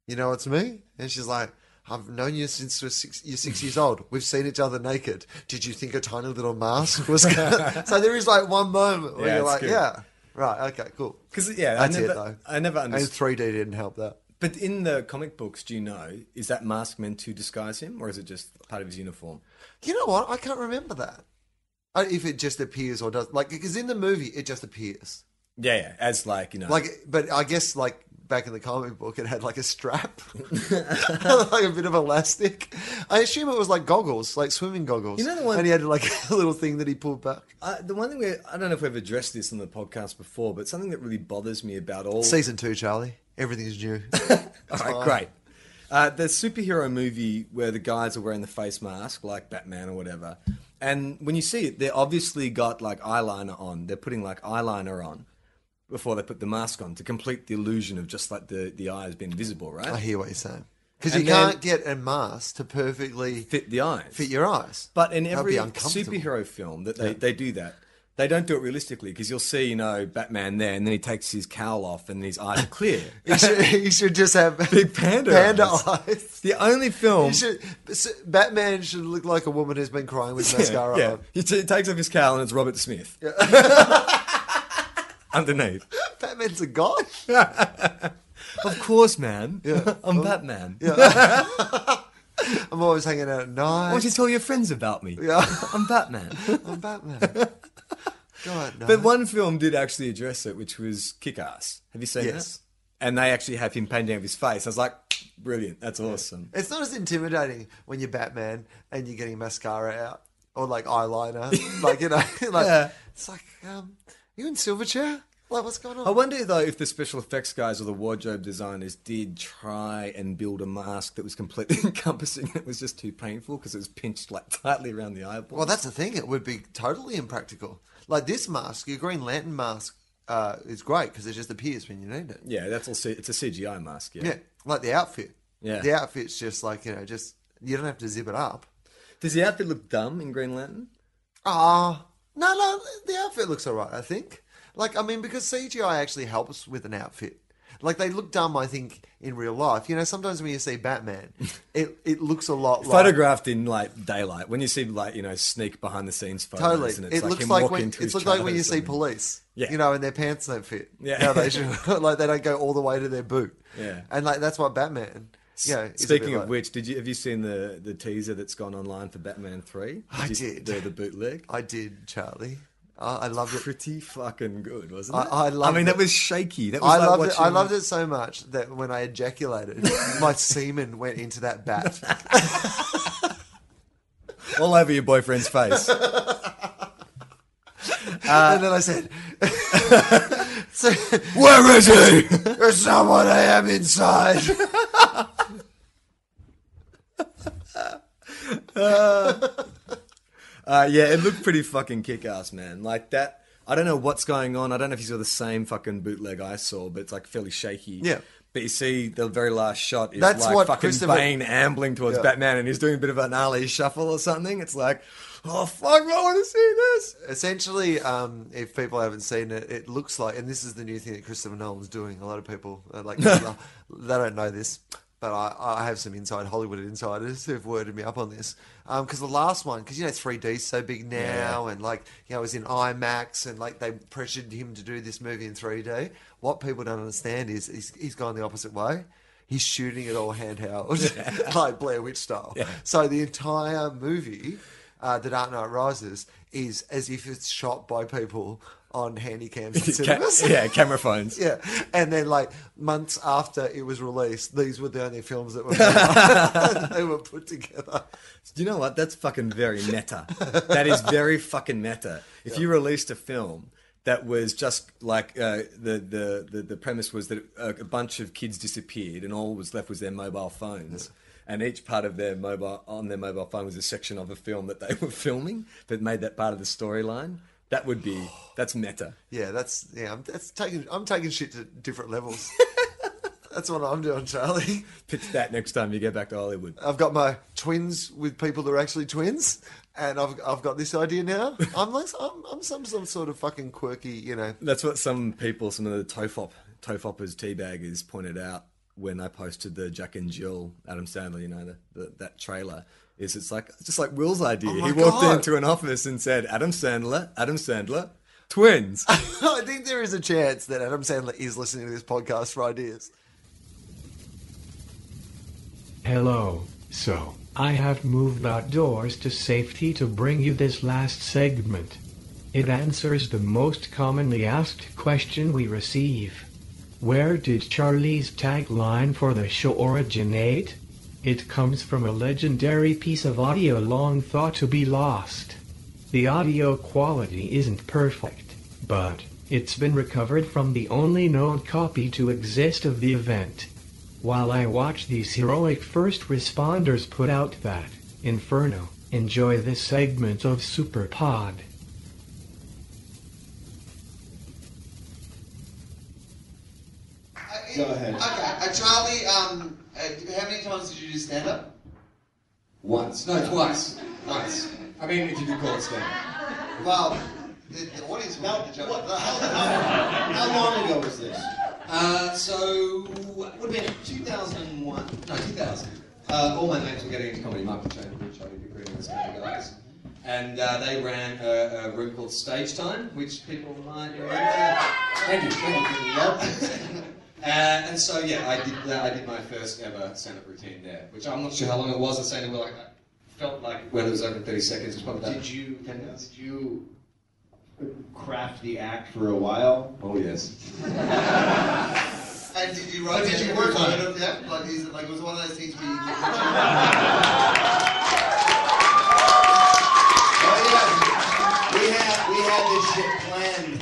"You know it's me." And she's like, "I've known you since we're six, you're six years old. We've seen each other naked. Did you think a tiny little mask was?" [LAUGHS] gonna-" so there is like one moment where Yeah, you're it's like, good. "Yeah, right, okay, cool." Because yeah, That's I it, never, though. I never And understood. 3D didn't help that. But in the comic books, do you know is that mask meant to disguise him, or is it just part of his uniform? You know what? I can't remember that. Uh, If it just appears or does, like, because in the movie it just appears. Yeah, yeah as like you know, Like, but I guess like back in the comic book it had like a strap, [LAUGHS] like a bit of elastic. I assume it was like goggles, like swimming goggles. You know the one- and he had like [LAUGHS] a little thing that he pulled back. I, uh, the one thing we, I don't know if we've addressed this on the podcast before, but something that really bothers me about all Season two, Charlie. Everything's new. [LAUGHS] All right, great. Uh, the superhero movie where the guys are wearing the face mask, like Batman or whatever, and when you see it, they're obviously got like eyeliner on. They're putting like eyeliner on before they put the mask on to complete the illusion of just like the the eyes being visible, right? I hear what you're saying [LAUGHS] because you And then- can't get a mask to perfectly fit, Fit the eyes. your eyes. But in That'd every be uncomfortable. superhero film that they, they do that. They don't do it realistically because you'll see, you know, Batman there, and then he takes his cowl off, and his eyes are clear. [LAUGHS] [LAUGHS] you should, you should just have [LAUGHS] Big panda panda eyes. eyes. the only film You should, s- Batman should look like a woman who's been crying with mascara [LAUGHS] yeah. on. He t- takes off his cowl and it's Robert Smith. [LAUGHS] Underneath. Batman's a [LAUGHS] god. [LAUGHS] Of course, man. [LAUGHS] I'm Batman. I'm always hanging out at night. [LAUGHS] What you tell your friends about me? [LAUGHS] I'm Batman. I'm [LAUGHS] Batman. God, no. But one film did actually address it, which was Kick Ass. Have you seen Yes. that? And they actually have him painting over his face. I was like, brilliant. That's awesome. It's not as intimidating when you're Batman and you're getting mascara out or like [LAUGHS] eyeliner. like, you know, [LAUGHS] like, Yeah. it's like, um, you in Silverchair? Like, what's going on? I wonder though if the special effects guys or the wardrobe designers did try and build a mask that was completely [LAUGHS] encompassing. It was just too painful because it was pinched like tightly around the eyeball. Well, that's the thing. It would be totally impractical. Like this mask, your Green Lantern mask, uh, is great because it just appears when you need it. yeah, that's all. It's a CGI mask. Yeah, like the outfit. Yeah. the outfit's just like you know, just you don't have to zip it up. Does the outfit look dumb in Green Lantern? Ah, no, no, the outfit looks all right. I think. Like I mean, because CGI actually helps with an outfit. Like they look dumb, I think, in real life. You know, sometimes when you see Batman, it, it looks a lot like Photographed in like daylight. When you see like you know sneak behind the scenes photos, Totally, and it's it like looks him like walking when to it his looks like when you colours see and- police, Yeah. you know, and their pants don't fit. Yeah. how they should, [LAUGHS] like they don't go all the way to their boot. Yeah. and like that's what Batman. Yeah, is a bit Speaking like. of which, did you have you seen the the teaser that's gone online for Batman Three? I you- did. The, the bootleg. I did, Charlie. I, I loved it. Pretty fucking good, wasn't I- it? I loved I mean, it. that was shaky. That was I like loved watching, it. I loved it so much that when I [LAUGHS] ejaculated, my semen went into that bat. all over your [LAUGHS] boyfriend's face. and then I said, [LAUGHS] so, Where is he? [LAUGHS] There's someone I am [LAUGHS] inside. Uh, yeah, it looked pretty fucking kick ass, man. Like that. I don't know what's going on. I don't know if you saw the same fucking bootleg I saw, but it's like fairly shaky. Yeah. But you see, the very last shot is That's like what fucking Christopher- Bane ambling towards Yeah. Batman, and he's doing a bit of an Ali shuffle or something. It's like, oh fuck, I want to see this. Essentially, um, if people haven't seen it, it looks like, and this is the new thing that Christopher Nolan's doing. A lot of people uh, like they don't know this, but I, I have some inside Hollywood insiders who've worded me up on this. Because the last one, because you know 3D's so big now, and like you know, it was in IMAX, and like they pressured him to do this movie in 3D. What people don't understand is he's, he's gone the opposite way. He's shooting it all handheld, [LAUGHS] like Blair Witch style. So the entire movie uh, The Dark Knight Rises is as if it's shot by people on handy cams in cinemas. [LAUGHS] Ca- [LAUGHS] yeah, camera phones. Yeah, and then like months after it was released, these were the only films that were [LAUGHS] they were put together. Do you know what? That's fucking very meta. that is very fucking meta. If you released a film that was just like uh, the, the the the premise was that uh, a, a bunch of kids disappeared and all was left was their mobile phones. And each part of their mobile on their mobile phone was a section of a film that they [LAUGHS] were filming that made that part of the storyline. That would be that's meta. Yeah, that's yeah. I'm that's taking I'm taking shit to different levels. that's what I'm doing, Charlie. Pitch that next time you get back to Hollywood. I've got my twins with people that are actually twins, and I've I've got this idea now. I'm like I'm I'm some some sort of fucking quirky, you know. [LAUGHS] That's what some people, some of the tofop tofoppers, teabaggers pointed out when I posted the Jack and Jill Adam Sandler, you know, the, the, that trailer. Is it's like it's just like Will's idea. Oh my he walked God. into an office and said, "Adam Sandler, Adam Sandler, twins." I think there is a chance that Adam Sandler is listening to this podcast for ideas. Hello. So, I have moved outdoors to safety to bring you this last segment. It answers the most commonly asked question we receive. Where did Charlie's tagline for the show originate? It comes from a legendary piece of audio long thought to be lost. The audio quality isn't perfect, but it's been recovered from the only known copy to exist of the event. While I watch these heroic first responders put out that inferno, enjoy this segment of Super Pod. Go ahead. Okay, uh, Charlie. Um, uh, how many times did you do stand up? Once. No, twice. Once. I mean, if you could call it stand. Well, the, the audience no, the joke. how, how- how long ago was this? Uh, so, Would have been 2001. no, 2000. Uh, all my mates were getting into comedy. Michael Chamberlain, Charlie Pickering, and those kind of guys. And uh, they ran a, a room called Stage Time, which people might remember. Thank you. Thank you. Love it. [LAUGHS] Uh, and so yeah, I did uh, I did my first ever stand-up routine there, which I'm not sure how long it was. I say it like I felt like whether it was over 30 seconds, it was probably about Did you? 10 minutes. Did you craft the act for a while? Oh yes. [LAUGHS] And did you write? did it you every work on time? it? Yeah. Like, is it like it was one of those things where [LAUGHS] you. Oh yes. We had we had this shit planned.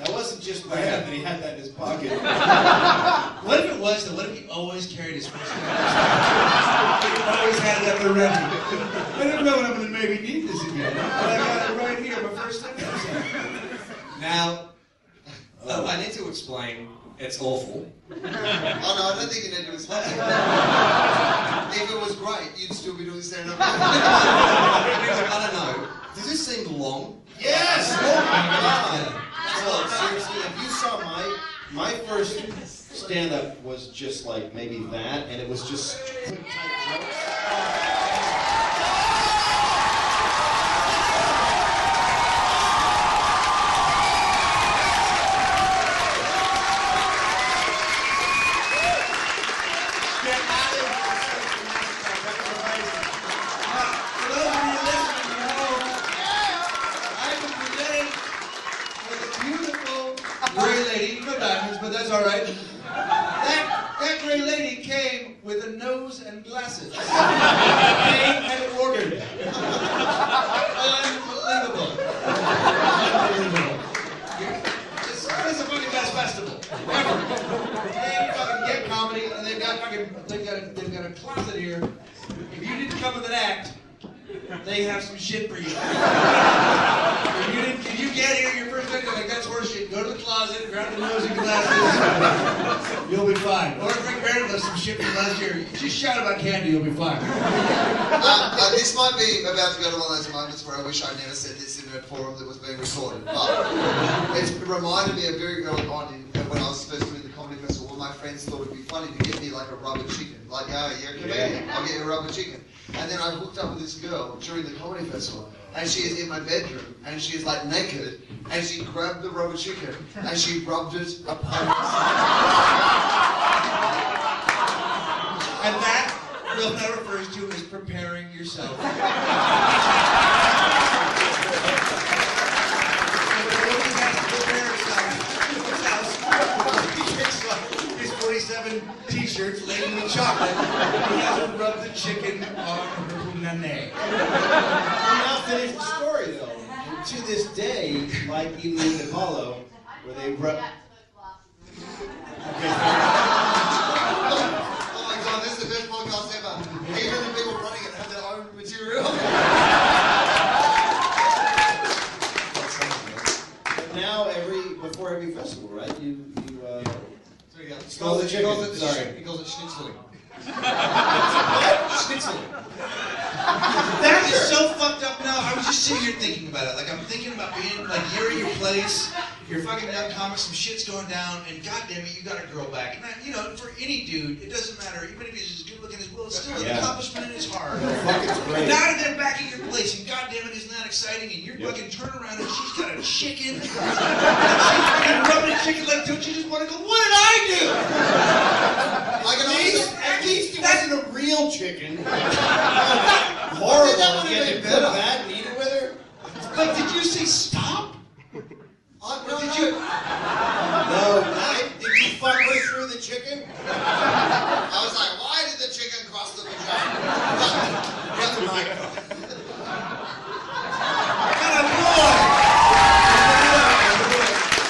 That wasn't just random that he had that in his pocket. what if it was though? What if he always carried his first [LAUGHS] He always had it up and ready. I don't know when I'm gonna maybe need this again. But I got it right here, my first episode. Now, oh, I need to explain. It's awful. Oh no, I don't think you need to explain. if it was great, you'd still be doing [LAUGHS] stand-up. I don't know. Does this seem long? Yes! Oh my god! Yeah. Well, seriously, if you saw my my first stand up was just like maybe that, and it was just quick, tight jokes. Gray lady, no diamonds, but that's all right. That, that gray lady came with a nose and glasses. They had it ordered. Unbelievable. Unbelievable. It's, it's the fucking best festival ever. They fucking get comedy, and they've got fucking they've got a, they've got a closet here. If you didn't come with an act, they have some shit for you. If you, didn't, if you get here, your first victim, like that's horseshit. Go to the closet, grab the nose and glasses. You'll be fine. Or if Rick Barrett does some shit from last year, just shout about candy, you'll be fine. Uh, uh, this might be about to go to one of those moments where I wish I never said this in a forum that was being recorded, Oh. but it's reminded me of very early on in, uh, when I was first doing the comedy festival, what my friends thought would be funny to get me like a rubber chicken. Like, oh, you're a comedian, I'll get you a rubber chicken. And then I hooked up with this girl during the comedy festival, and she is in my bedroom, and she is like naked, and she grabbed the rubber chicken, and she rubbed it upon [LAUGHS] And that Wilma refers to as preparing yourself. His 47 T-shirts laden with chocolate. He has to rub the chicken on her nanay. I'm not finished the story though. To this day, like even in the Hollow, where they rub. oh my god, this is the best podcast ever. Even the people running it have their own material. But now every before every festival, right? You you uh, There you go. He Smell calls the it, he calls chicken. it, Sorry. he calls it schnitzeling. [LAUGHS] schnitzeling. That is so fucked up now. I was just sitting here thinking about it. Like I'm thinking about being like you're in your place, you're fucking down comics, some shit's going down, and goddamn it, you got a girl back. And I, you know, for any dude, it doesn't matter. Even if he's as good looking as Will, it's still an Yeah. accomplishment in his heart. Fuck, it's great. Now they're back at your place, and goddamn it, isn't that exciting? And you're fucking turn around, and she's got a chicken. [LAUGHS] and she's fucking rubbing a chicken like, don't you just want to go? What did I do? I can These- also, at least it that's- wasn't a real chicken. [LAUGHS] Horrible. Horrible. That would Yeah, have they been put better. That and eat it with her. But did you say stop? I, Or Uh, no, did no. you? No, I, did you fuck her through the chicken? I was like, why did the chicken cross the vagina? Brother Mike. Kind of boy.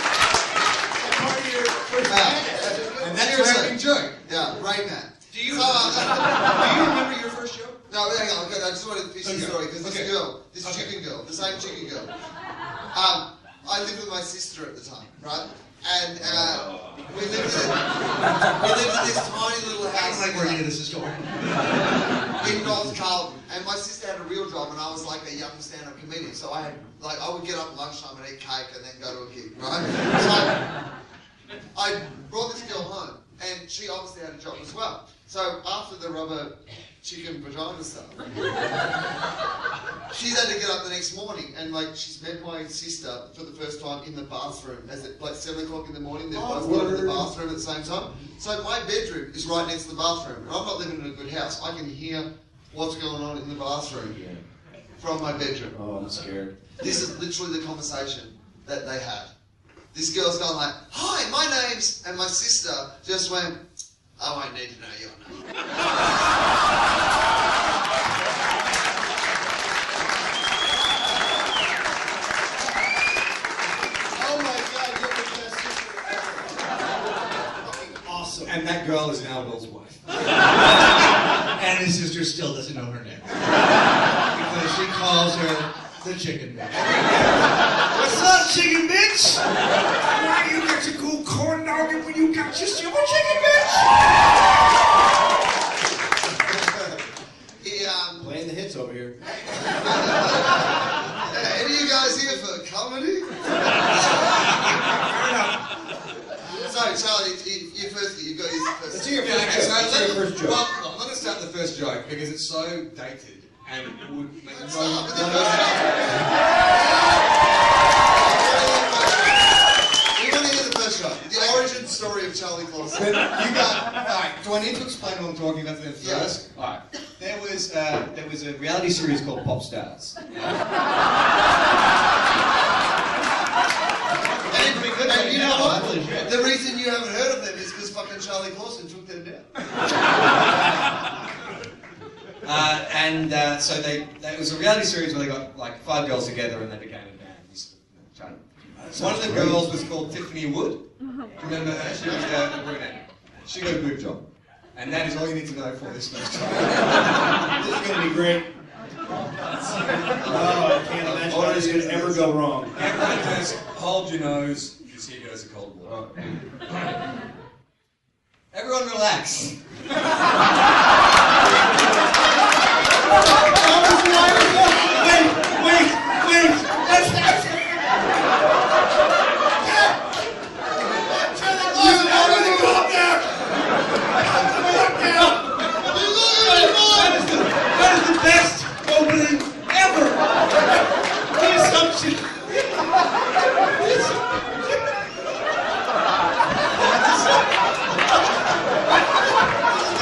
Part of your first act. And that's Seriously. your opening joke. Yeah, right, Matt. Do you, So, uh, [LAUGHS] do you remember your first show? No, hang on. Good. I just wanted to finish the Okay. story because this Okay. girl, this Okay. chicken girl, the same chicken girl. Um, I lived with my sister at the time, right? And uh, we lived in we lived in this tiny little I house like where any of this is going. in North Carlton, and my sister had a real job, and I was like a young stand-up comedian. So I had like I would get up at lunchtime and eat cake, and then go to a gig, right? So I, I brought this girl home, and she obviously had a job as well. So after the rubber chicken vagina stuff, she's had to get up the next morning, and like she's met my sister for the first time in the bathroom. As it like seven o'clock in the morning, they're both going to the bathroom at the same time. So my bedroom is right next to the bathroom, and I'm not living in a good house. I can hear what's going on in the bathroom from my bedroom. Oh, I'm scared. This is literally the conversation that they had. This girl's gone like, "Hi, my name's," and my sister just went, "Oh, "I won't need to know your name." Oh my god, you're the best sister ever. Fucking awesome. And that girl is now Will's wife. And his sister still doesn't know her name. because she calls her the chicken bitch. What's up, chicken bitch? Why you got your cool corn dog when you got your silver chicken bitch? He, um, Playing the hits over [LAUGHS] here. Hey, Any of you guys here for comedy? so Charlie, you, you first, you've got your first. Let's do your Yeah, first okay, so joke. Let's let- do your first joke. Well, I'm going to start the first joke because it's so dated and would make no. no- We want to hear the first joke. The origin story of Charlie Clausen. But you got all right. Do I need to explain what I'm talking about to them Yeah. first? All right. There was uh, there was a reality series called [LAUGHS] Pop Stars. And, and you know Holy what? shit. The reason you haven't heard of them is because fucking Charlie Clausen took them down. Uh, and uh, so they It was a reality series where they got like five girls together and they became a band. You sort of try to- One of the girls was called Tiffany Wood. Do you remember her? She was uh, a brunette. She got a boob job. And that is all you need to know for this first time. [LAUGHS] This is gonna be great. oh, I can't imagine how this could ever go wrong. Everyone goes, hold your nose, because here goes the cold water. Oh. Everyone relax. Wait, wait, wait. That's that's.